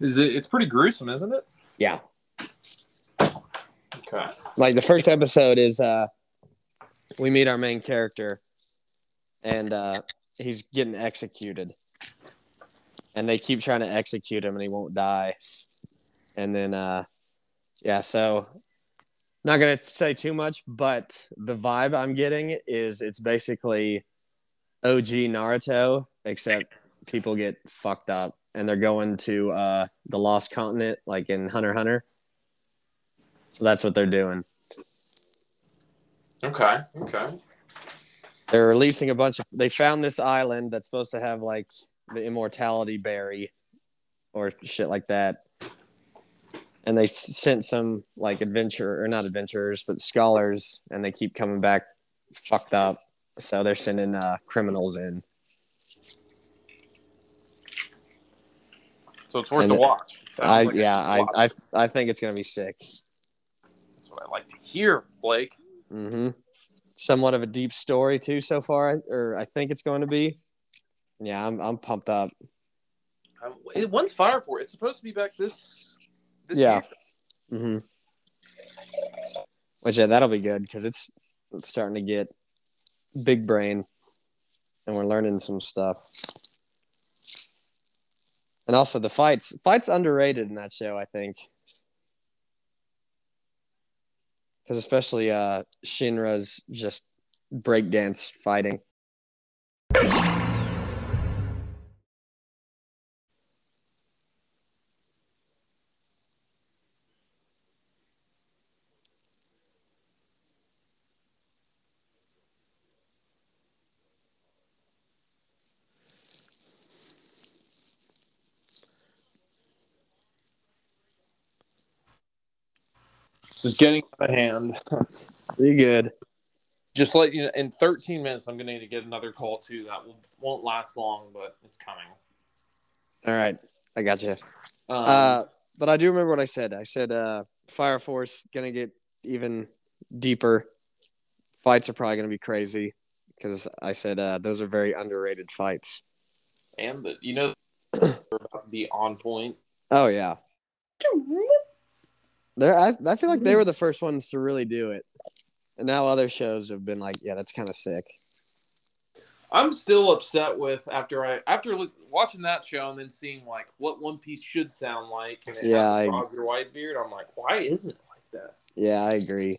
Is it? It's pretty gruesome, isn't it?
Yeah,
Okay.
like the first episode is uh, we meet our main character, and uh, he's getting executed, and they keep trying to execute him, and he won't die, and then uh, yeah, so not gonna say too much, but the vibe I'm getting is it's basically OG Naruto, except people get fucked up, and they're going to uh, the Lost Continent, like in Hunter x Hunter. So that's what they're doing.
Okay. Okay.
they're releasing a bunch of they found this island that's supposed to have like the immortality berry or shit like that and they s- sent some like adventure or not adventurers but scholars and they keep coming back fucked up so they're sending uh, criminals in
So it's worth
And
the
it-
watch. Sounds
I,
like it's
yeah
worth the watch.
I, I i think it's gonna be sick
That's what I like to hear, Blake.
hmm somewhat of a deep story too so far or i think it's going to be yeah i'm, I'm pumped up
Um, it, when's Fire for? It's supposed to be back this. this
Yeah.
year.
Mm-hmm. Which yeah, that'll be good because it's it's starting to get big brain, and we're learning some stuff. And also the fights, fights underrated in that show, I think. Because especially uh, Shinra's just breakdance fighting.
This is getting out of hand.
You good?
Just let you know, in 13 minutes, I'm going to need to get another call too. That will, won't last long, but it's coming.
All right, I got you.
Um,
Uh, but I do remember what I said. I said uh, Fire Force gonna get even deeper. Fights are probably gonna be crazy because I said uh, those are very underrated fights.
and the, you know, we're about to be on point.
Oh yeah, there. I, I feel like they were the first ones to really do it, and now other shows have been like, yeah, that's kind of sick.
I'm still upset with after I after lis- watching that show and then seeing like what One Piece should sound like and it
Yeah,
has
I-
Roger Whitebeard. I'm like, why isn't it like that?
Yeah, I agree.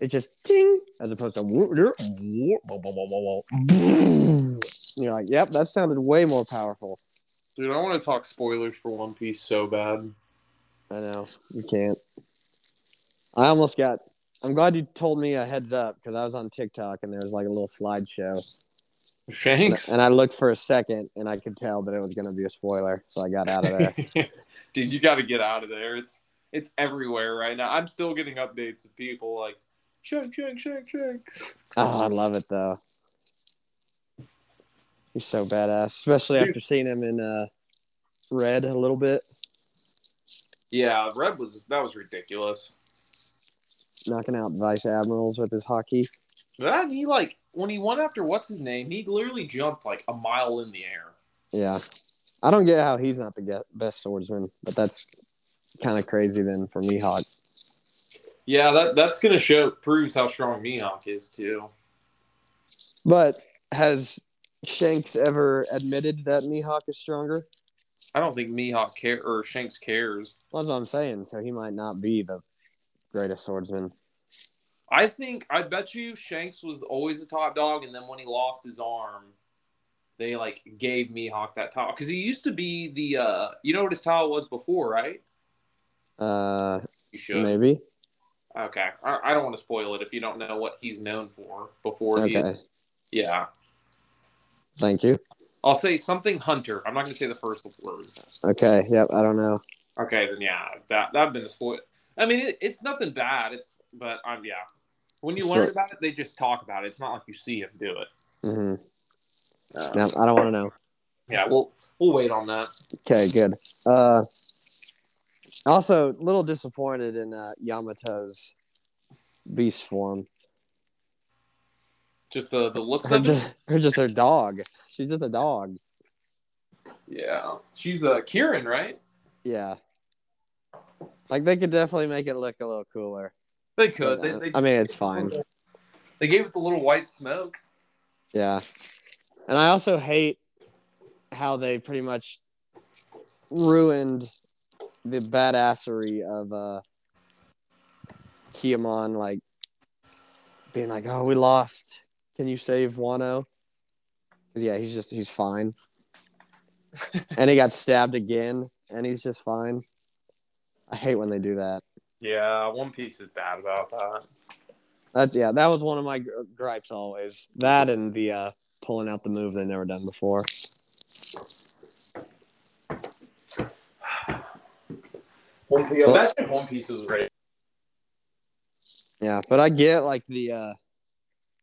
It's just ting as opposed to whoop, whoop, whoop, whoop, whoop, whoop, whoop. you're like, yep, that sounded way more powerful.
Dude, I want to talk spoilers for One Piece so bad.
I know you can't. I almost got. I'm glad you told me a heads up because I was on TikTok and there was like a little slideshow, and,
Shanks,
and I looked for a second and I could tell that it was going to be a spoiler, so I got out of there.
dude, you got to get out of there. It's it's everywhere right now. I'm still getting updates of people like Shanks, Shanks, Shanks, Shanks.
oh, I love it though. He's so badass, especially after seeing him in uh, red a little bit.
Yeah, Red was that was ridiculous.
knocking out vice admirals with his hockey.
That and he like when he went after what's his name, he literally jumped like a mile in the air.
Yeah, I don't get how he's not the get- best swordsman, but that's kind of crazy then for Mihawk.
Yeah, that that's gonna show proves how strong Mihawk is too.
But has Shanks ever admitted that Mihawk is stronger?
I don't think Mihawk care or Shanks cares.
Well, that's what I'm saying. So he might not be the greatest swordsman.
I think I bet you Shanks was always a top dog, and then when he lost his arm, they like gave Mihawk that title because he used to be the uh you know what his title was before, right?
Uh,
You should
maybe.
okay. I, I don't want to spoil it if you don't know what he's known for before. he-
Okay.
yeah,
Thank you.
I'll say something Hunter. I'm not gonna say the first word.
Okay. Yep. I don't know.
Okay, then yeah, that that'd been a spoil. I mean, it, it's nothing bad. It's but um, yeah, when you
It's
learn
true.
about it, they just talk about it. It's not like you see him do it.
hmm
Uh,
No, I don't want to know.
Yeah, we'll we'll wait on that.
Okay, good. Uh, also, a little disappointed in uh, Yamato's beast form.
Just the the looks
Her
of it.
just, her just her dog. She's just a dog.
Yeah, she's uh Kieran, right?
Yeah. Like they could definitely make it look a little cooler.
They could.
But,
They,
uh,
they,
I mean, it's fine.
they gave it the little white smoke.
Yeah. And I also hate how they pretty much ruined the badassery of uh Kiamon like being like, "Oh, we lost. Can you save Wano?" 'Cause, yeah, he's just he's fine. and he got stabbed again and he's just fine. I hate when they do that.
Yeah, One Piece is bad about that.
That's yeah, that was one of my gri- gripes always. That and the uh pulling out the move they never done before.
One Piece. Imagine if One Piece was rated.
Yeah, but I get like the uh,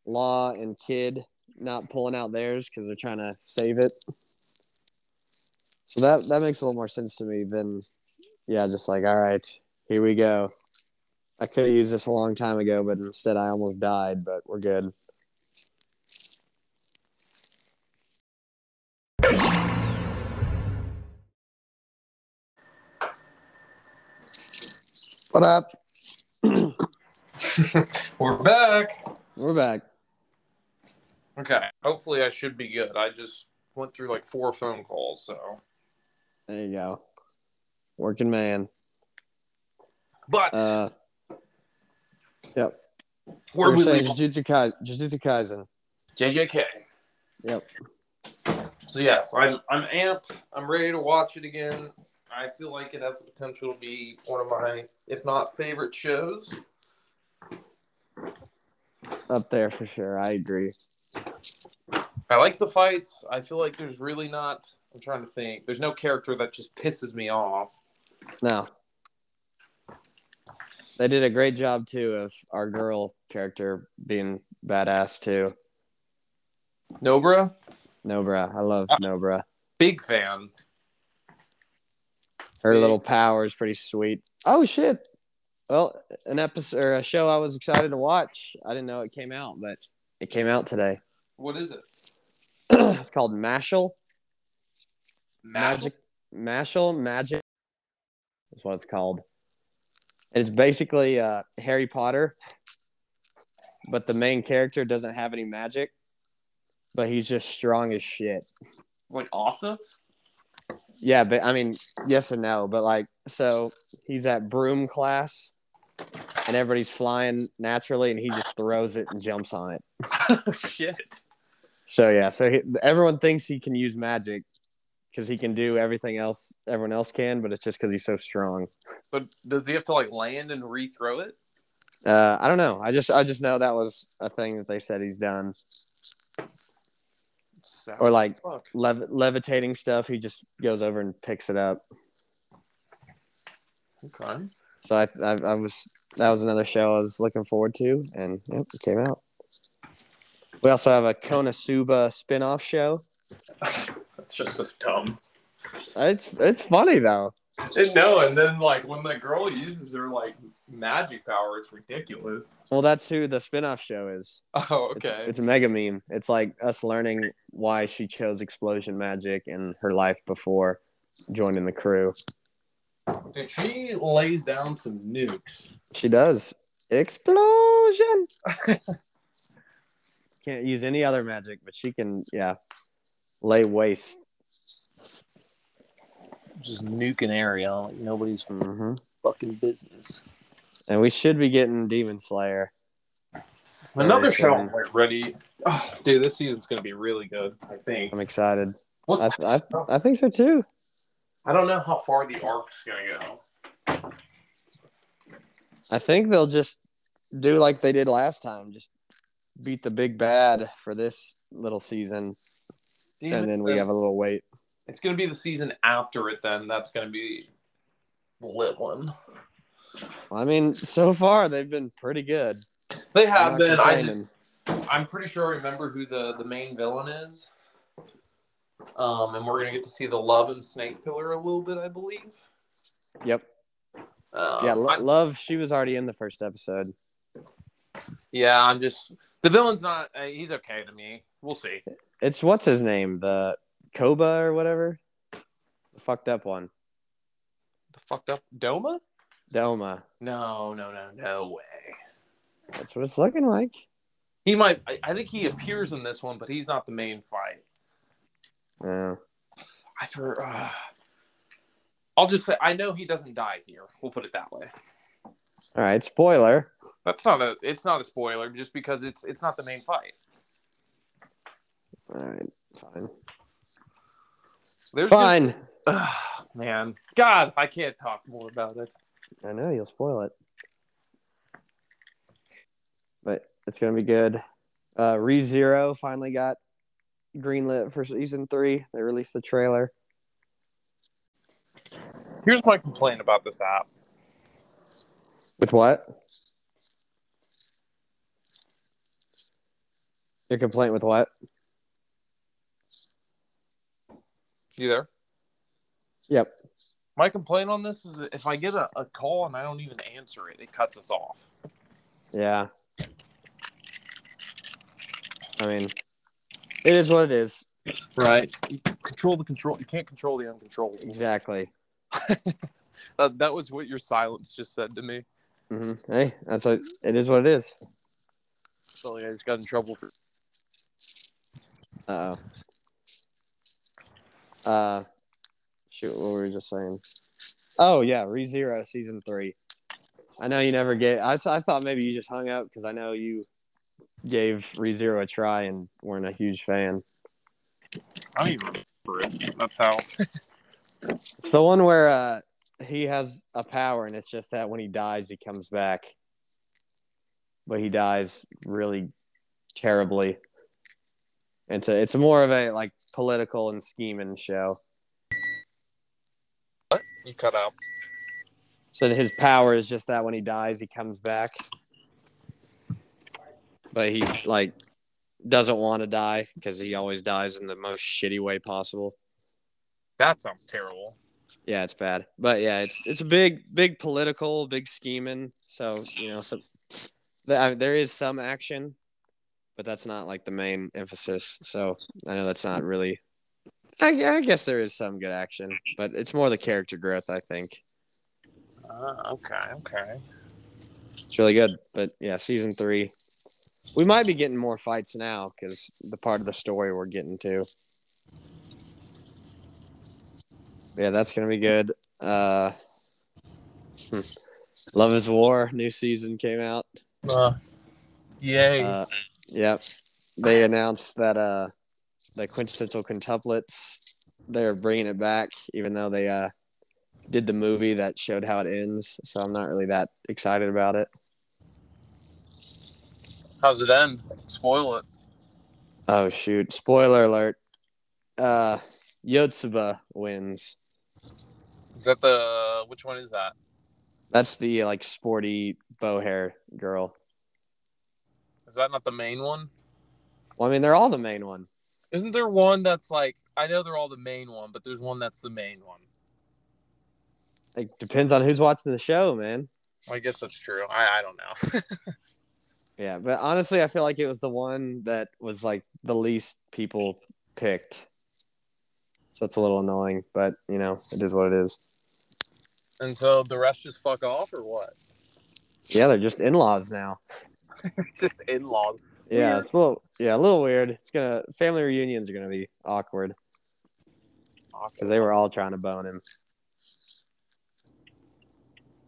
law and kid not pulling out theirs because they're trying to save it. So that that makes a little more sense to me than, yeah, just like all right, here we go. I could have used this a long time ago, but instead I almost died. But we're good. What up?
We're back.
We're back.
Okay. Hopefully, I should be good. I just went through like four phone calls, so.
There you go. Working man.
But
Uh,
where
we're
we
saying
leave-
Jujutsu, Kai- Jujutsu Kaisen.
JJK.
Yep.
So yes, I'm I'm amped. I'm ready to watch it again. I feel like it has the potential to be one of my, if not favorite shows.
Up there for sure. I agree.
I like the fights. I feel like there's really not. I'm trying to think. There's no character that just pisses me off.
No. They did a great job too of our girl character being badass too.
Nobra,
Nobra. I love
Uh,
Nobra.
big fan.
Her little power is pretty sweet. Oh shit. Well, an episode or a show I was excited to watch. I didn't know it came out, but it came out today.
What is it?
it's called Mashal.
Magic.
Magic Mashal Magic is what it's called. And it's basically uh, Harry Potter, but the main character doesn't have any magic, but he's just strong as shit.
It's like Asa.
Yeah, but I mean, yes and no, but like, so he's at broom class, and everybody's flying naturally, and he just throws it and jumps on it.
Shit.
So yeah, so he, everyone thinks he can use magic because he can do everything else everyone else can, but it's just because he's so strong.
But does he have to like land and rethrow it?
Uh, I don't know. I just I just know that was a thing that they said he's done,
Sounds
or like
fuck.
lev- levitating stuff. He just goes over and picks it up.
Okay.
So I, I I was that was another show I was looking forward to, and yep, it came out. We also have a Konosuba spin-off show.
That's just so dumb.
It's it's funny though.
And no, and then like when the girl uses her like magic power, it's ridiculous.
Well, that's who the spin-off show is.
Oh,
It's,
okay.
it's a mega meme. It's like us learning why she chose explosion magic in her life before joining the crew.
Dude, she lays down some nukes.
She does. Explosion. Can't use any other magic, but she can, yeah, lay waste.
Just nuking area like nobody's
hmm
fucking business.
And we should be getting Demon Slayer.
Another
Very
show
soon.
I'm like ready. Oh, dude, this season's gonna be really good. I think.
I'm excited. I,
What's,
I, I think so too.
I don't know how far the arc's gonna go.
I think they'll just do like they did last time, just beat the big bad for this little season, and then we have a little wait.
It's gonna be the season after it. Then that's gonna be the lit one.
I mean, so far they've been pretty good.
They
I'm
have
not
been. I
complaining.
just, I'm pretty sure I remember who the the main villain is. Um, and we're gonna get to see the love and snake pillar a little bit, I believe.
Yep.
Um,
Yeah,
I-
Lo- love. She was already in the first episode.
yeah. I'm just the villain's not. Uh, he's okay to me. We'll see.
It's what's his name, the Koba or whatever, the fucked up one,
The fucked up Doma?
Delma.
No, no, no, no way.
That's what it's looking like.
He might. I, I think he appears in this one, but he's not the main fight.
Yeah.
I for. Uh, I'll just say I know he doesn't die here. We'll put it that way.
All right, spoiler.
That's not a. It's not a spoiler, just because it's it's not the main fight.
All right, fine,
There's just-
fine.
Ah, man, God, I can't talk more about it.
I know you'll spoil it, but it's gonna be good. Uh, ReZero finally got greenlit for season three. They released the trailer.
Here's my complaint about this app.
With what? Your complaint with what?
You there?
Yep.
My complaint on this is that if I get a, a call and I don't even answer it, it cuts us off.
Yeah. I mean, it is what it is.
Right. You control the control. You can't control the uncontrollable.
Exactly.
That, that was what your silence just said to me.
hmm Hey, that's what it is. What it is.
felt like I just got in trouble for.
Uh. Uh. Shoot, what were we just saying? Oh yeah, ReZero season three. I know you never gave. I, I thought maybe you just hung up because I know you gave ReZero a try and weren't a huge fan.
I don't even remember it. That's how.
It's the one where uh, he has a power, and it's just that when he dies, he comes back. But he dies really terribly. It's a, it's more of a like political and scheming show.
What? You cut out.
So his power is just that when he dies, he comes back. But he like doesn't want to die because he always dies in the most shitty way possible.
That sounds terrible.
Yeah, it's bad. But yeah, it's it's a big big political, big scheming. So, you know, some th- I- there is some action, but that's not like the main emphasis. So, I know that's not really I, I guess there is some good action, but it's more the character growth, I think.
Ah, okay, okay.
It's really good. But yeah, season 3 we might be getting more fights now cuz the part of the story we're getting to. Yeah, that's going to be good. Uh hmm. Love is War new season came out.
Uh, yay.
Uh, yep. They announced that uh the quintessential quintuplets they're bringing it back even though they uh did the movie that showed how it ends, so I'm not really that excited about it.
How's it end? Spoil it.
Oh shoot! Spoiler alert. Uh, Yotsuba wins.
Is that the. Which one is that?
That's the like sporty bow hair girl.
Is that not the main one?
Well, I mean, they're all the main one.
Isn't there one that's like. I know they're all the main one, but there's one that's the main one.
It depends on who's watching the show, man.
I guess that's true. I, I don't know.
Yeah, but honestly, I feel like it was the one that was like the least people picked. So it's a little annoying, but you know, it is what it is.
and so the rest just fuck off or what?
Yeah, they're just in laws now.
just in laws.
Yeah,
Weird.
it's a little yeah, a little weird. It's gonna family reunions are gonna be awkward because they were all trying to bone him.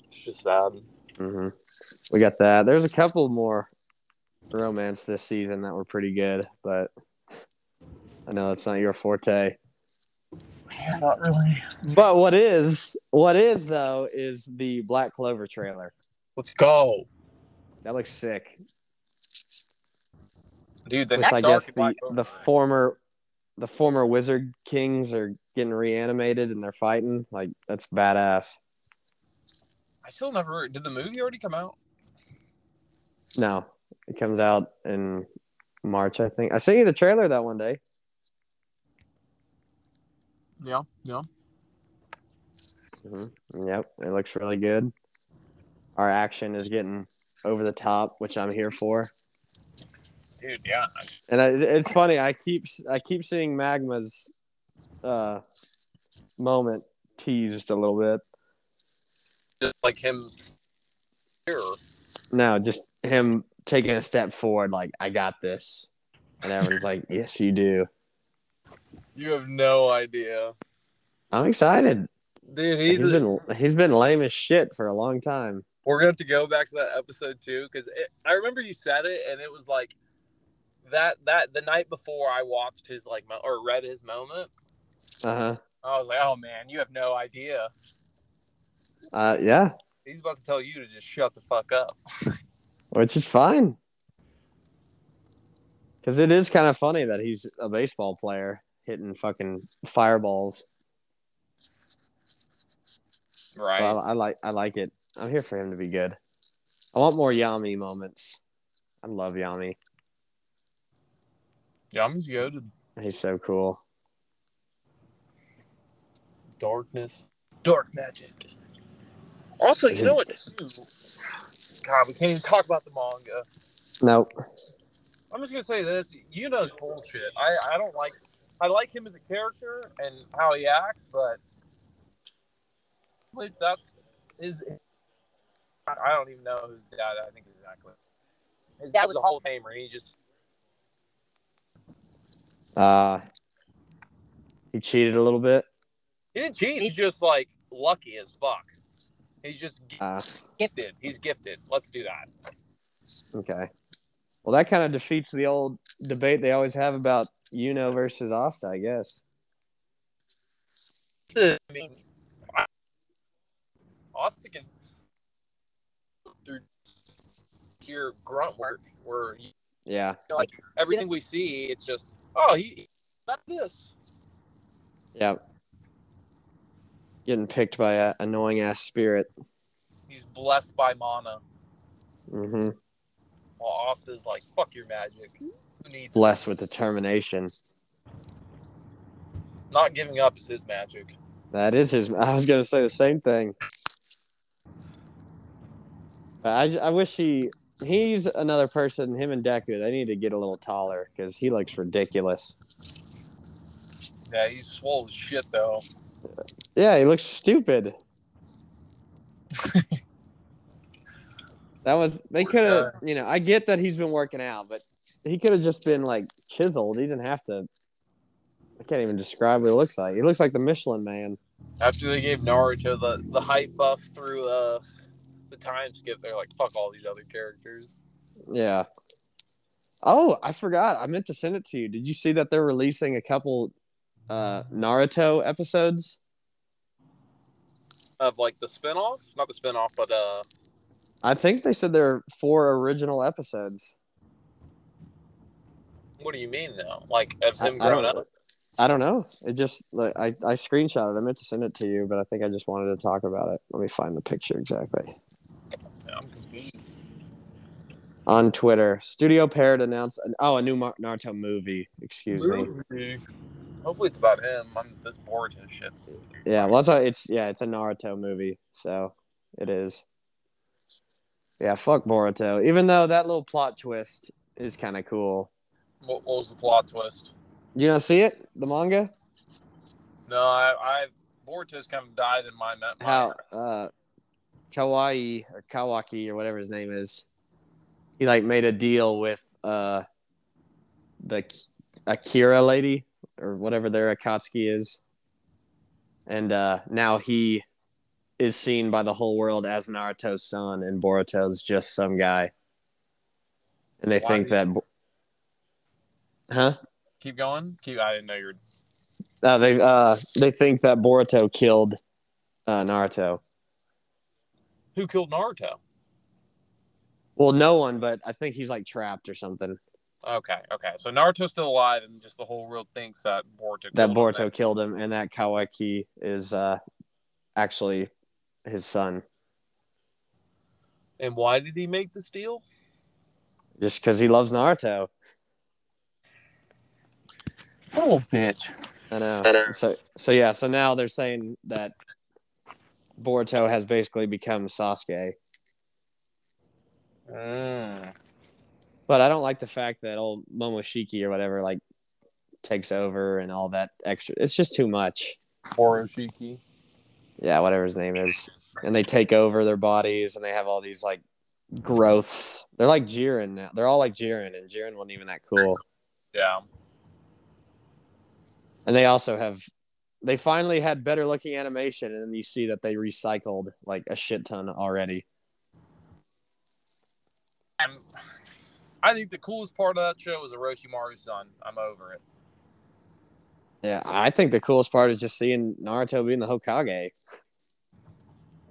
It's just sad.
hmm We got that. There's a couple more romance this season that were pretty good, but I know it's not your forte.
Yeah, not really.
But what is what is though is the Black Clover trailer.
Let's go.
That looks sick.
Dude, the
With,
next
I
arc
guess
is
the,
Black Clover.
the former the former wizard kings are getting reanimated and they're fighting. Like that's badass.
I still never did the movie already come out?
No. It comes out in March, I think. I sent you the trailer that one day.
Yeah, yeah.
Mm-hmm. Yep. It looks really good. Our action is getting over the top, which I'm here for.
Dude, yeah.
And I, it's funny. I keep I keep seeing Magma's uh, moment teased a little bit.
Just like him here.
No, just him taking a step forward, like I got this, and everyone's like, "Yes, you do."
You have no idea.
I'm excited.
Dude,
He's
he's,
been he's been lame as shit for a long time.
we're gonna have to go back to that episode too, because I remember you said it and it was like that that the night before I watched his like mo- or read his moment,
Uh huh.
I was like, Oh man, you have no idea.
Uh yeah,
He's about to tell you to just shut the fuck up.
which is fine. Because it is kind of funny that he's a baseball player hitting fucking fireballs. So I, I like I like it. I'm here for him to be good. I want more Yami moments. I love Yami.
Yami's good.
He's so cool.
Darkness. Dark magic. Also, you know what? too? God, we can't even talk about the manga.
Nope.
I'm just gonna say this. You know, bullshit. I, I don't like. I like him as a character and how he acts, but like, that's his. I I don't even know whose dad. I think exactly. His
That
dad's
was
a Hall of Famer. He just
Uh he cheated a little bit.
he didn't cheat. He's just like lucky as fuck. He's just
Uh
gifted. He's gifted. Let's do that.
okay. Well that kind of defeats the old debate they always have about Yuno versus Asta, I guess.
I mean, I- Austin can through your grunt work, where you-
Yeah.
like everything we see, it's just oh he not this.
Yep. Getting picked by a annoying ass spirit.
He's blessed by mana,
Mm-hmm.
while Austin's like fuck your magic. Who needs it?
Blessed with determination.
not giving up is his magic.
That is his. I was gonna say the same thing. But I, j- I wish he he's another person. Him and Deku, they need to get a little taller because he looks ridiculous.
Yeah, he's swole as shit though.
Yeah, he looks stupid. that was they
Poor
could have.
guy.
You know, I get that he's been working out, but he could have just been like chiseled. He didn't have to. I can't even describe what he looks like. He looks like the Michelin Man.
After they gave Naruto the the hype buff through uh the time skip, they're like fuck all these other characters.
Yeah. Oh, I forgot. I meant to send it to you. Did you see that they're releasing a couple uh Naruto episodes?
of like the spinoff, not the spinoff, but uh,
I think they said there are four original episodes.
what do you mean though? Like of
I,
him
I
growing
don't
up?
I don't know. It just like I, I screenshotted. it. I meant to send it to you, but I think I just wanted to talk about it. Let me find the picture exactly.
Yeah, I'm confused.
On Twitter, Studio Parrot announced an, oh a new Mar- Naruto movie. Excuse me.
Hopefully, it's about him. I'm this Boruto shit's.
Yeah, lots of it's yeah, it's a Naruto movie, so it is. Yeah, fuck Boruto. Even though that little plot twist is kind of cool.
What, what was the plot twist?
You not see it? The manga?
No, I, I Boruto's kind of died in my memory.
How uh Kawaii or Kawaki or whatever his name is. He like made a deal with uh the K- Akira lady or whatever their Akatsuki is. And uh now he is seen by the whole world as Naruto's son and Boruto's just some guy. And they
Why
think
did-
that Bo- Huh?
Keep going. Keep. I didn't know you were.
Uh, they uh, they think that Boruto killed uh, Naruto.
Who killed Naruto?
Well, no one, but I think he's like trapped or something.
Okay, okay. So Naruto's still alive, and just the whole world thinks that Boruto.
That
killed
Boruto
him.
killed him, and that Kawaki is uh, actually his son,
And why did he make this deal?
just because he loves Naruto.
Oh, bitch.
I know.
I know.
So so yeah. So now they're saying that Boruto has basically become Sasuke,
Mm.
but I don't like the fact that old Momoshiki or whatever like takes over and all that extra. It's just too much.
Oroshiki.
yeah, whatever his name is, and they take over their bodies and they have all these like growths. They're like Jiren now. They're all like Jiren, and Jiren wasn't even that cool.
Yeah.
And they also have, they finally had better looking animation, and then you see that they recycled like a shit ton already.
I'm- I think the coolest part of that show was Orochimaru's son. I'm over it.
Yeah, I think the coolest part is just seeing Naruto being the Hokage.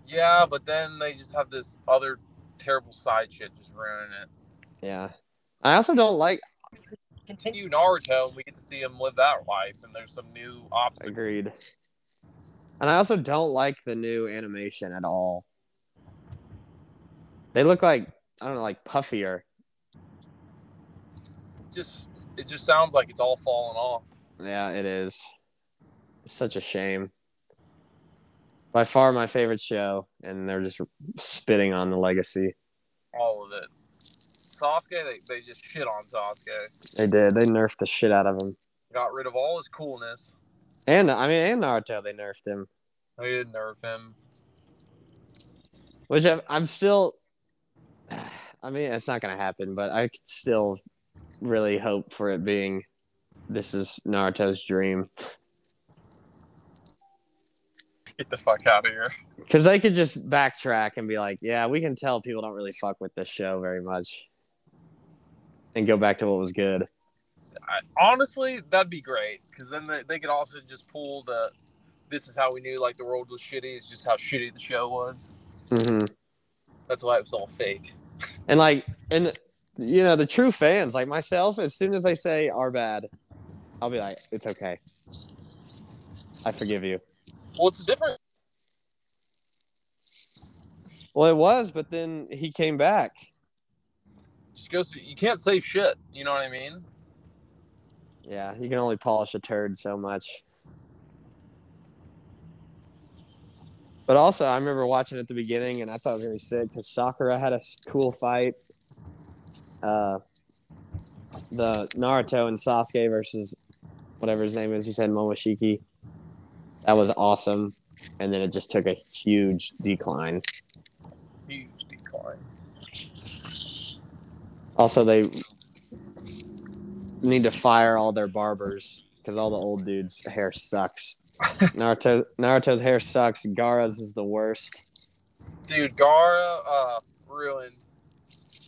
Yeah, but then they just have this other terrible side shit just ruining it.
Yeah, I also don't like.
Continue Naruto, and we get to see him live that life, and there's some new obstacles.
Agreed. And I also don't like the new animation at all. They look like I don't know, like puffier.
Just it just sounds like it's all falling off.
Yeah, it is. It's such a shame. By far my favorite show, and they're just spitting on the legacy.
all of it. Sasuke, they, they just shit on Sasuke.
They did. They nerfed the shit out of him.
Got rid of all his coolness.
And I mean, and Naruto, they nerfed him.
They didn't nerf him.
Which I'm, I'm still. I mean, it's not gonna happen, but I could still really hope for it being. This is Naruto's dream
Get the fuck out of here.
because they could just backtrack and be like, "Yeah, we can tell people don't really fuck with this show very much," and go back to what was good.
I, honestly, that'd be great because then they, they could also just pull the. This is how we knew like the world was shitty. Is just how shitty the show was.
hmm
That's why it was all fake.
And like, and you know, the true fans like myself, as soon as they say are bad, I'll be like, it's okay. I forgive you.
Well, it's different.
Well, it was, but then he came back.
Just goes. To, you can't save shit. You know what I mean?
Yeah, you can only polish a turd so much. But also, I remember watching at the beginning, and I thought it was gonna be sick because Sakura had a s- cool fight. Uh, the Naruto and Sasuke versus whatever his name is. You said Momoshiki. That was awesome, and then it just took a huge decline.
Huge decline.
Also, they need to fire all their barbers because all the old dudes' hair sucks. Naruto Naruto's hair sucks. Gaara's is the worst.
Dude, Gara uh, ruined.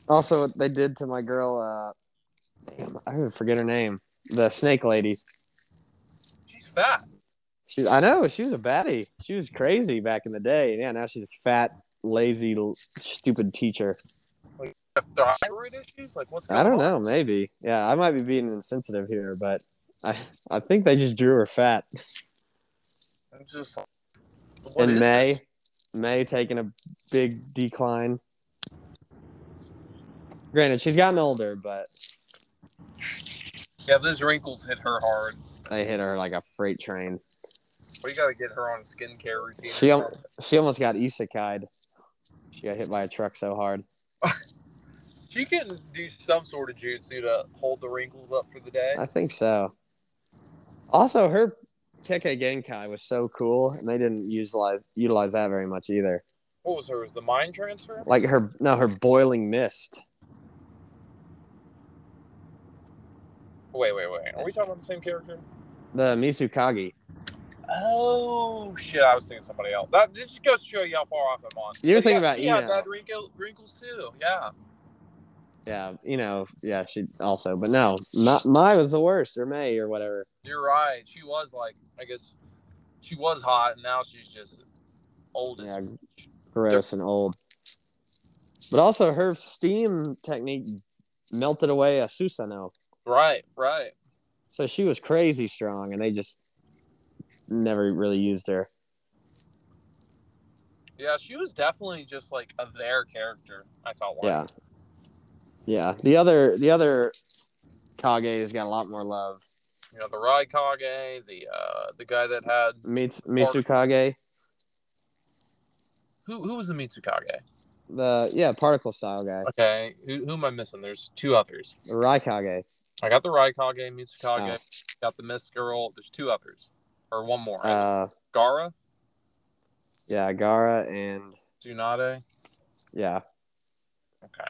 Also, what they did to my girl. Uh, damn, I even forget her name. The snake lady.
She's fat.
She, I know she was a baddie. She was crazy back in the day. Yeah, now she's a fat, lazy, l- stupid teacher.
Thyroid issues? Like what's going
I don't
on?
know. Maybe. Yeah, I might be being insensitive here, but I I think they just drew her fat.
I'm just. like, what
in
is
May.
this?
May taking a big decline. Granted, she's gotten older, but
Yeah, those wrinkles hit her hard.
I hit her like a freight train.
We gotta get her on a skincare routine.
She al- she almost got isekai'd. She got hit by a truck so hard.
She can do some sort of jutsu to hold the wrinkles up for the day.
I think so. Also, her Kekkei Genkai was so cool, and they didn't utilize utilize that very much either.
What was hers? The mind transfer?
Like her, no, her boiling mist.
Wait, wait, wait. Are we talking about the same character?
The Mizukagi.
Oh shit! I was thinking somebody else. That this just goes to show you how far off I'm on.
You were
But
thinking
yeah,
about
she had
Eno.
bad wrinkle, wrinkles too. Yeah.
Yeah, you know, yeah, she also, but no, not Mai was the worst, or May, or whatever.
You're right. She was like, I guess, she was hot, and now she's just old as.
Yeah, gross and old. But also, her steam technique melted away a Susanoo,
Right, right.
so she was crazy strong, and they just never really used her.
Yeah, she was definitely just like a their character. I felt like.
Yeah. Yeah. The other the other Kage has got a lot more love.
You know, the Raikage, the uh, the guy that had
Mits- Mitsukage,
who who was the Mitsukage?
the yeah, particle style guy.
Okay, who, who am I missing? There's two others.
The Raikage.
I got the Raikage, Mitsukage,
Oh.
got the Mist Girl. There's two others, or one more.
Uh
Gara,
yeah, Gara and
Tsunade.
yeah.
Okay.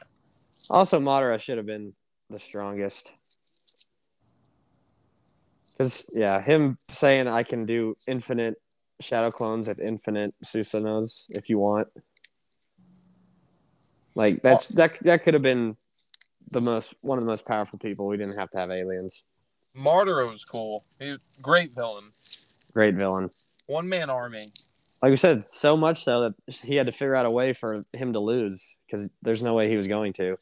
Also Madara should have been the strongest. Cause yeah, him saying I can do infinite shadow clones with infinite Susanos if you want. Like that's that that could have been the most one of the most powerful people. We didn't have to have aliens.
Martyr was cool. He great villain.
Great villain.
One man army.
Like we said, so much so that he had to figure out a way for him to lose because there's no way he was going to.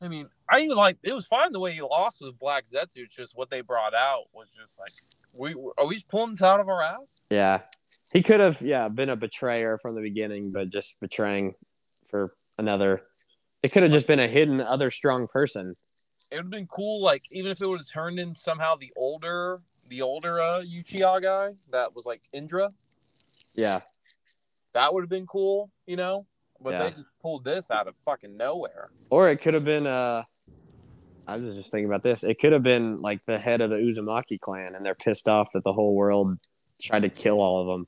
I mean, I even like it was fine the way he lost with Black Zetsu. It's just what they brought out was just like, we are we just pulling this out of our ass?
Yeah. He could have, yeah, been a betrayer from the beginning, but just betraying for another. It could have just been a hidden other strong person.
It would have been cool, like even if it would have turned in somehow the older, the older uh, Uchiha guy that was like Indra.
Yeah.
That would have been cool, you know. But
Yeah.
they just pulled this out of fucking nowhere.
Or it could have been, uh, I was just thinking about this. It could have been like the head of the Uzumaki clan, and they're pissed off that the whole world tried to kill all of them.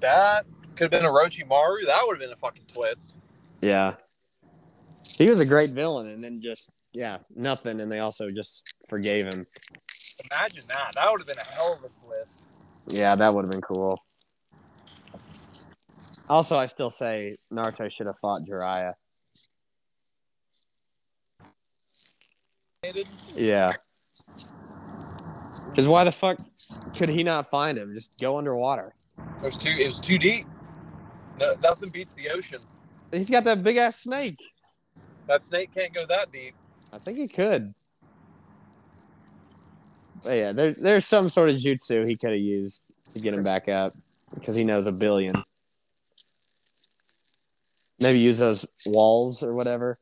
That could have been Orochimaru. That would have been a fucking twist.
Yeah. He was a great villain, and then just, yeah, nothing. And they also just forgave him.
Imagine that. That would have been a hell of a twist.
Yeah, that would have been cool. Also, I still say Naruto should have fought Jiraiya. Yeah. Because why the fuck could he not find him? Just go underwater.
It was too. It was too deep. No, nothing beats the ocean.
He's got that big ass snake.
That snake can't go that deep.
I think he could. But yeah, there, there's some sort of jutsu he could have used to get him back up because he knows a billion. Maybe use those walls or whatever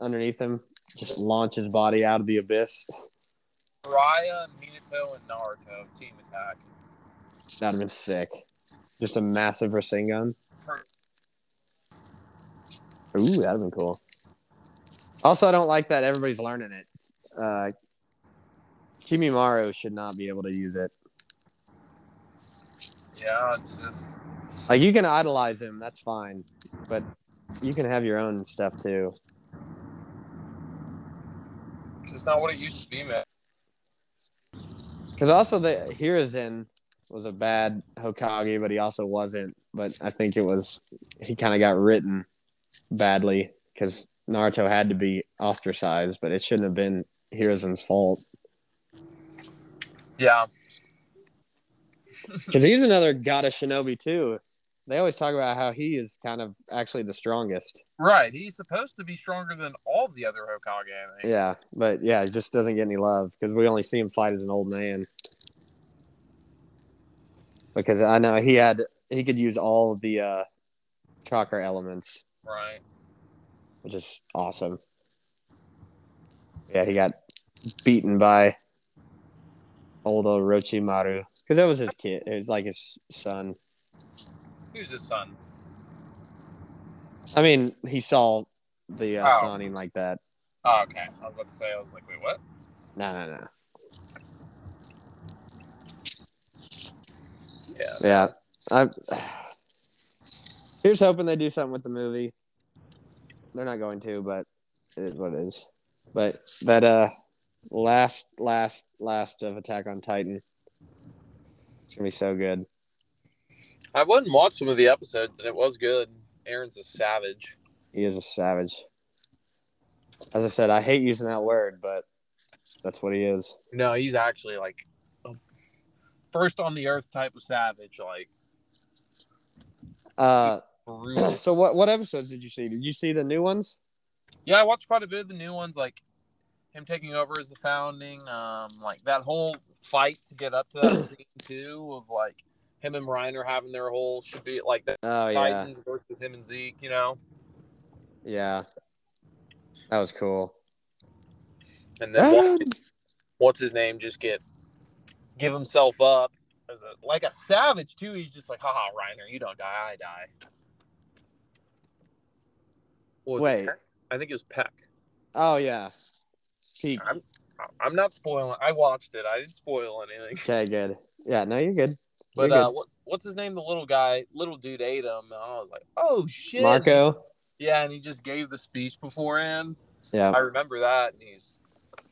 underneath him. Just launch his body out of the abyss.
Raya, Minato, and Naruto team attack.
That'd have been sick. Just a massive Rasengan. Ooh, that'd have been cool. Also, I don't like that everybody's learning it. Uh, Kimimaru should not be able to use it.
Yeah, it's just.
Like you can idolize him, that's fine, but you can have your own stuff too.
It's just not what it used to be, man.
Because also the Hiruzen was a bad Hokage, but he also wasn't. But I think it was he kind of got written badly because Naruto had to be ostracized, but it shouldn't have been Hiruzen's fault
Yeah.
because he's another god of shinobi too. They always talk about how he is kind of actually the strongest.
Right. He's supposed to be stronger than all the other Hokage. I think.
Yeah, but yeah, he just doesn't get any love because we only see him fight as an old man. Because I know he had he could use all of the uh chakra elements,
Right.
which is awesome. Yeah, he got beaten by old Orochimaru because that was his kid. It was like his son.
Who's his son?
I mean, he saw the uh,
Oh.
signing like that.
Oh, okay. I was about to say. I was like, wait, what?
No, no, no.
Yeah.
Yeah, I. Here's hoping they do something with the movie. They're not going to, but it is what it is. But that uh, last, last, last of Attack on Titan. It's gonna be so good.
I went and watched some of the episodes, and it was good. Aaron's a savage.
He is a savage. As I said, I hate using that word, but that's what he is.
No, he's actually like a first on the earth type of savage. Like
Uh,
brutal.
so what what episodes did you see? Did you see the new ones?
yeah, I watched quite a bit of the new ones, like him taking over as the founding. Um, like that whole fight to get up to that scene too, of like him and Reiner having their whole should be like that
Oh yeah,
Titans versus him and Zeke. You know,
yeah. That was cool.
and then
Ah.
watch- what's his name just get give himself up as a like a savage too. He's just like, haha, Reiner, you don't die, I die. What was it,
Wait.
Peck? I think it was Peck.
Oh yeah. He,
I'm- I- I'm not spoiling. I watched it. I didn't spoil anything.
okay, good. Yeah, no, you're good.
But
You're
uh, what, what's his name? The little guy, little dude ate him. And I was like, oh shit,
Marco.
Yeah, and he just gave the speech beforehand.
Yeah,
I remember that, and he's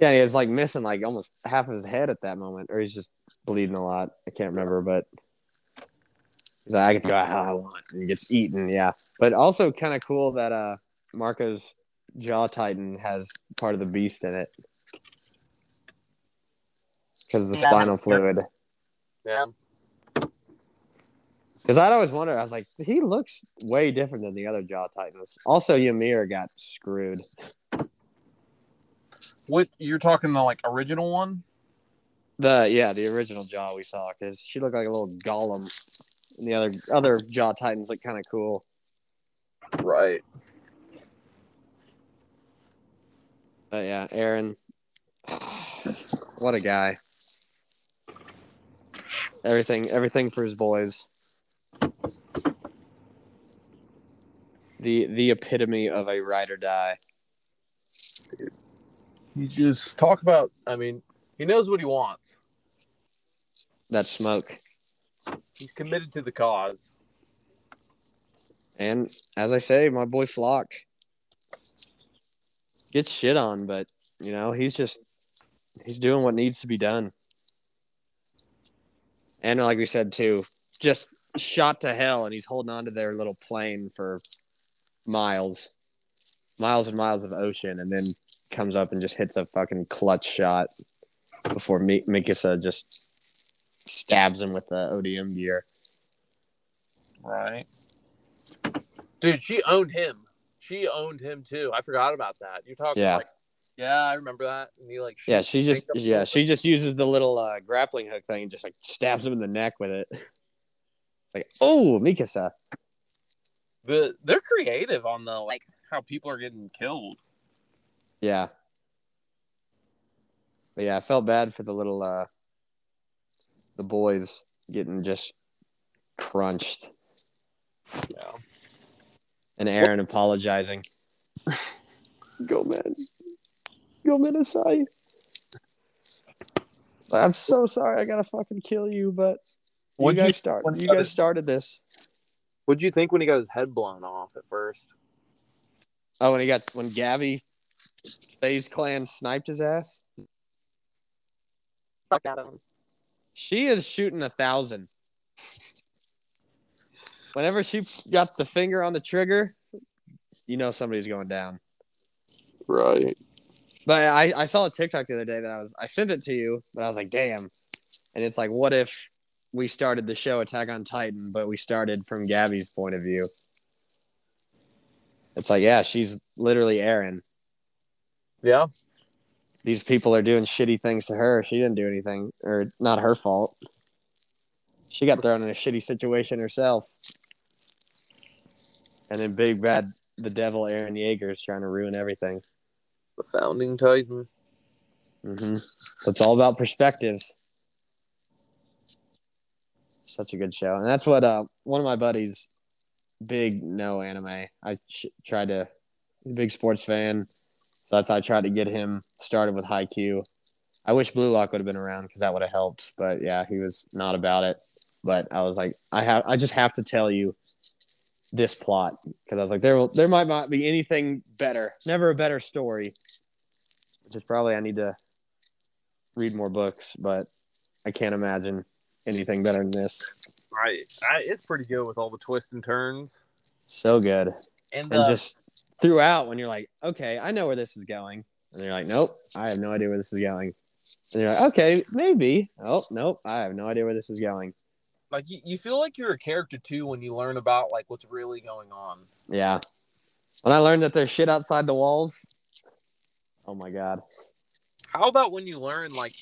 yeah. He was like missing like almost half of his head at that moment, or he's just bleeding a lot. I can't remember, but he's like, I can go out how I want, and he gets eaten. Yeah, but also kind of cool that uh Marco's jaw titan has part of the beast in it because of the
Yeah.
spinal fluid.
yeah.
Because I'd always wondered, I was like, he looks way different than the other jaw titans. Also, Ymir got screwed.
What you're talking the like original one?
The yeah, the original Jaw we saw because she looked like a little golem, and the other other Jaw Titans look kind of cool.
Right.
But yeah, Aaron, what a guy! Everything, everything for his boys. The the epitome of a ride or die.
He just talk about. I mean, he knows what he wants.
That smoke,
He's committed to the cause.
and as I say, my boy Flock gets shit on, but you know he's just he's doing what needs to be done. And like we said too, just shot to hell, and he's holding on to their little plane for miles, miles and miles of ocean, and then comes up and just hits a fucking clutch shot before Mi- Mikasa just stabs him with the ODM gear.
Right. Dude, she owned him. She owned him too. I forgot about that. You're talking
Yeah.
like, yeah, I remember that. And he like,
Yeah, she just
picked up
yeah
the-
she just uses the little uh, grappling hook thing and just like stabs him in the neck with it. It's like, oh, Mikasa.
The, they're creative on the like how people are getting killed.
Yeah. But yeah, I felt bad for the little uh the boys getting just crunched
Yeah.
and Aaron apologizing. Go man. Go man aside. I'm so sorry I gotta fucking kill you, but
What'd
you
you
guys
think
start
when he
you
got
guys
his-
started this.
What'd you think when he got his head blown off at first?
Oh, when he got when Gabby FaZe Clan sniped his ass.
Fuck out of him.
She is shooting a thousand. Whenever she got the finger on the trigger, you know somebody's going down.
Right.
But I, I saw a TikTok the other day that I was I sent it to you, but I was like, damn. And it's like, what if we started the show Attack on Titan, but we started from Gabby's point of view? It's like, yeah, she's literally Aaron.
Yeah.
these people are doing shitty things to her. She didn't do anything, or it's not her fault. She got thrown in a shitty situation herself. And then Big Bad, the devil, Aaron Yeager is trying to ruin everything.
The founding titan.
Mm-hmm. hmm So it's all about perspectives. Such a good show, and that's what uh, one of my buddies, big no anime. I sh- tried to, he's a big sports fan, so that's how I tried to get him started with Haikyuu. I wish Blue Lock would have been around because that would have helped, but yeah, he was not about it. But I was like, I have, I just have to tell you this plot because I was like, there will, there might not be anything better, never a better story. Which is probably I need to read more books, but I can't imagine anything better than this.
Right. I, it's pretty good with all the twists and turns.
So good.
And,
And
uh,
just throughout when you're like, okay, I know where this is going. And you're like, nope, I have no idea where this is going. And you're like, okay, maybe. Oh, nope, I have no idea where this is going.
like you, you feel like you're a character too when you learn about like what's really going on.
Yeah. When I learned that there's shit outside the walls, oh my God.
How about when you learn like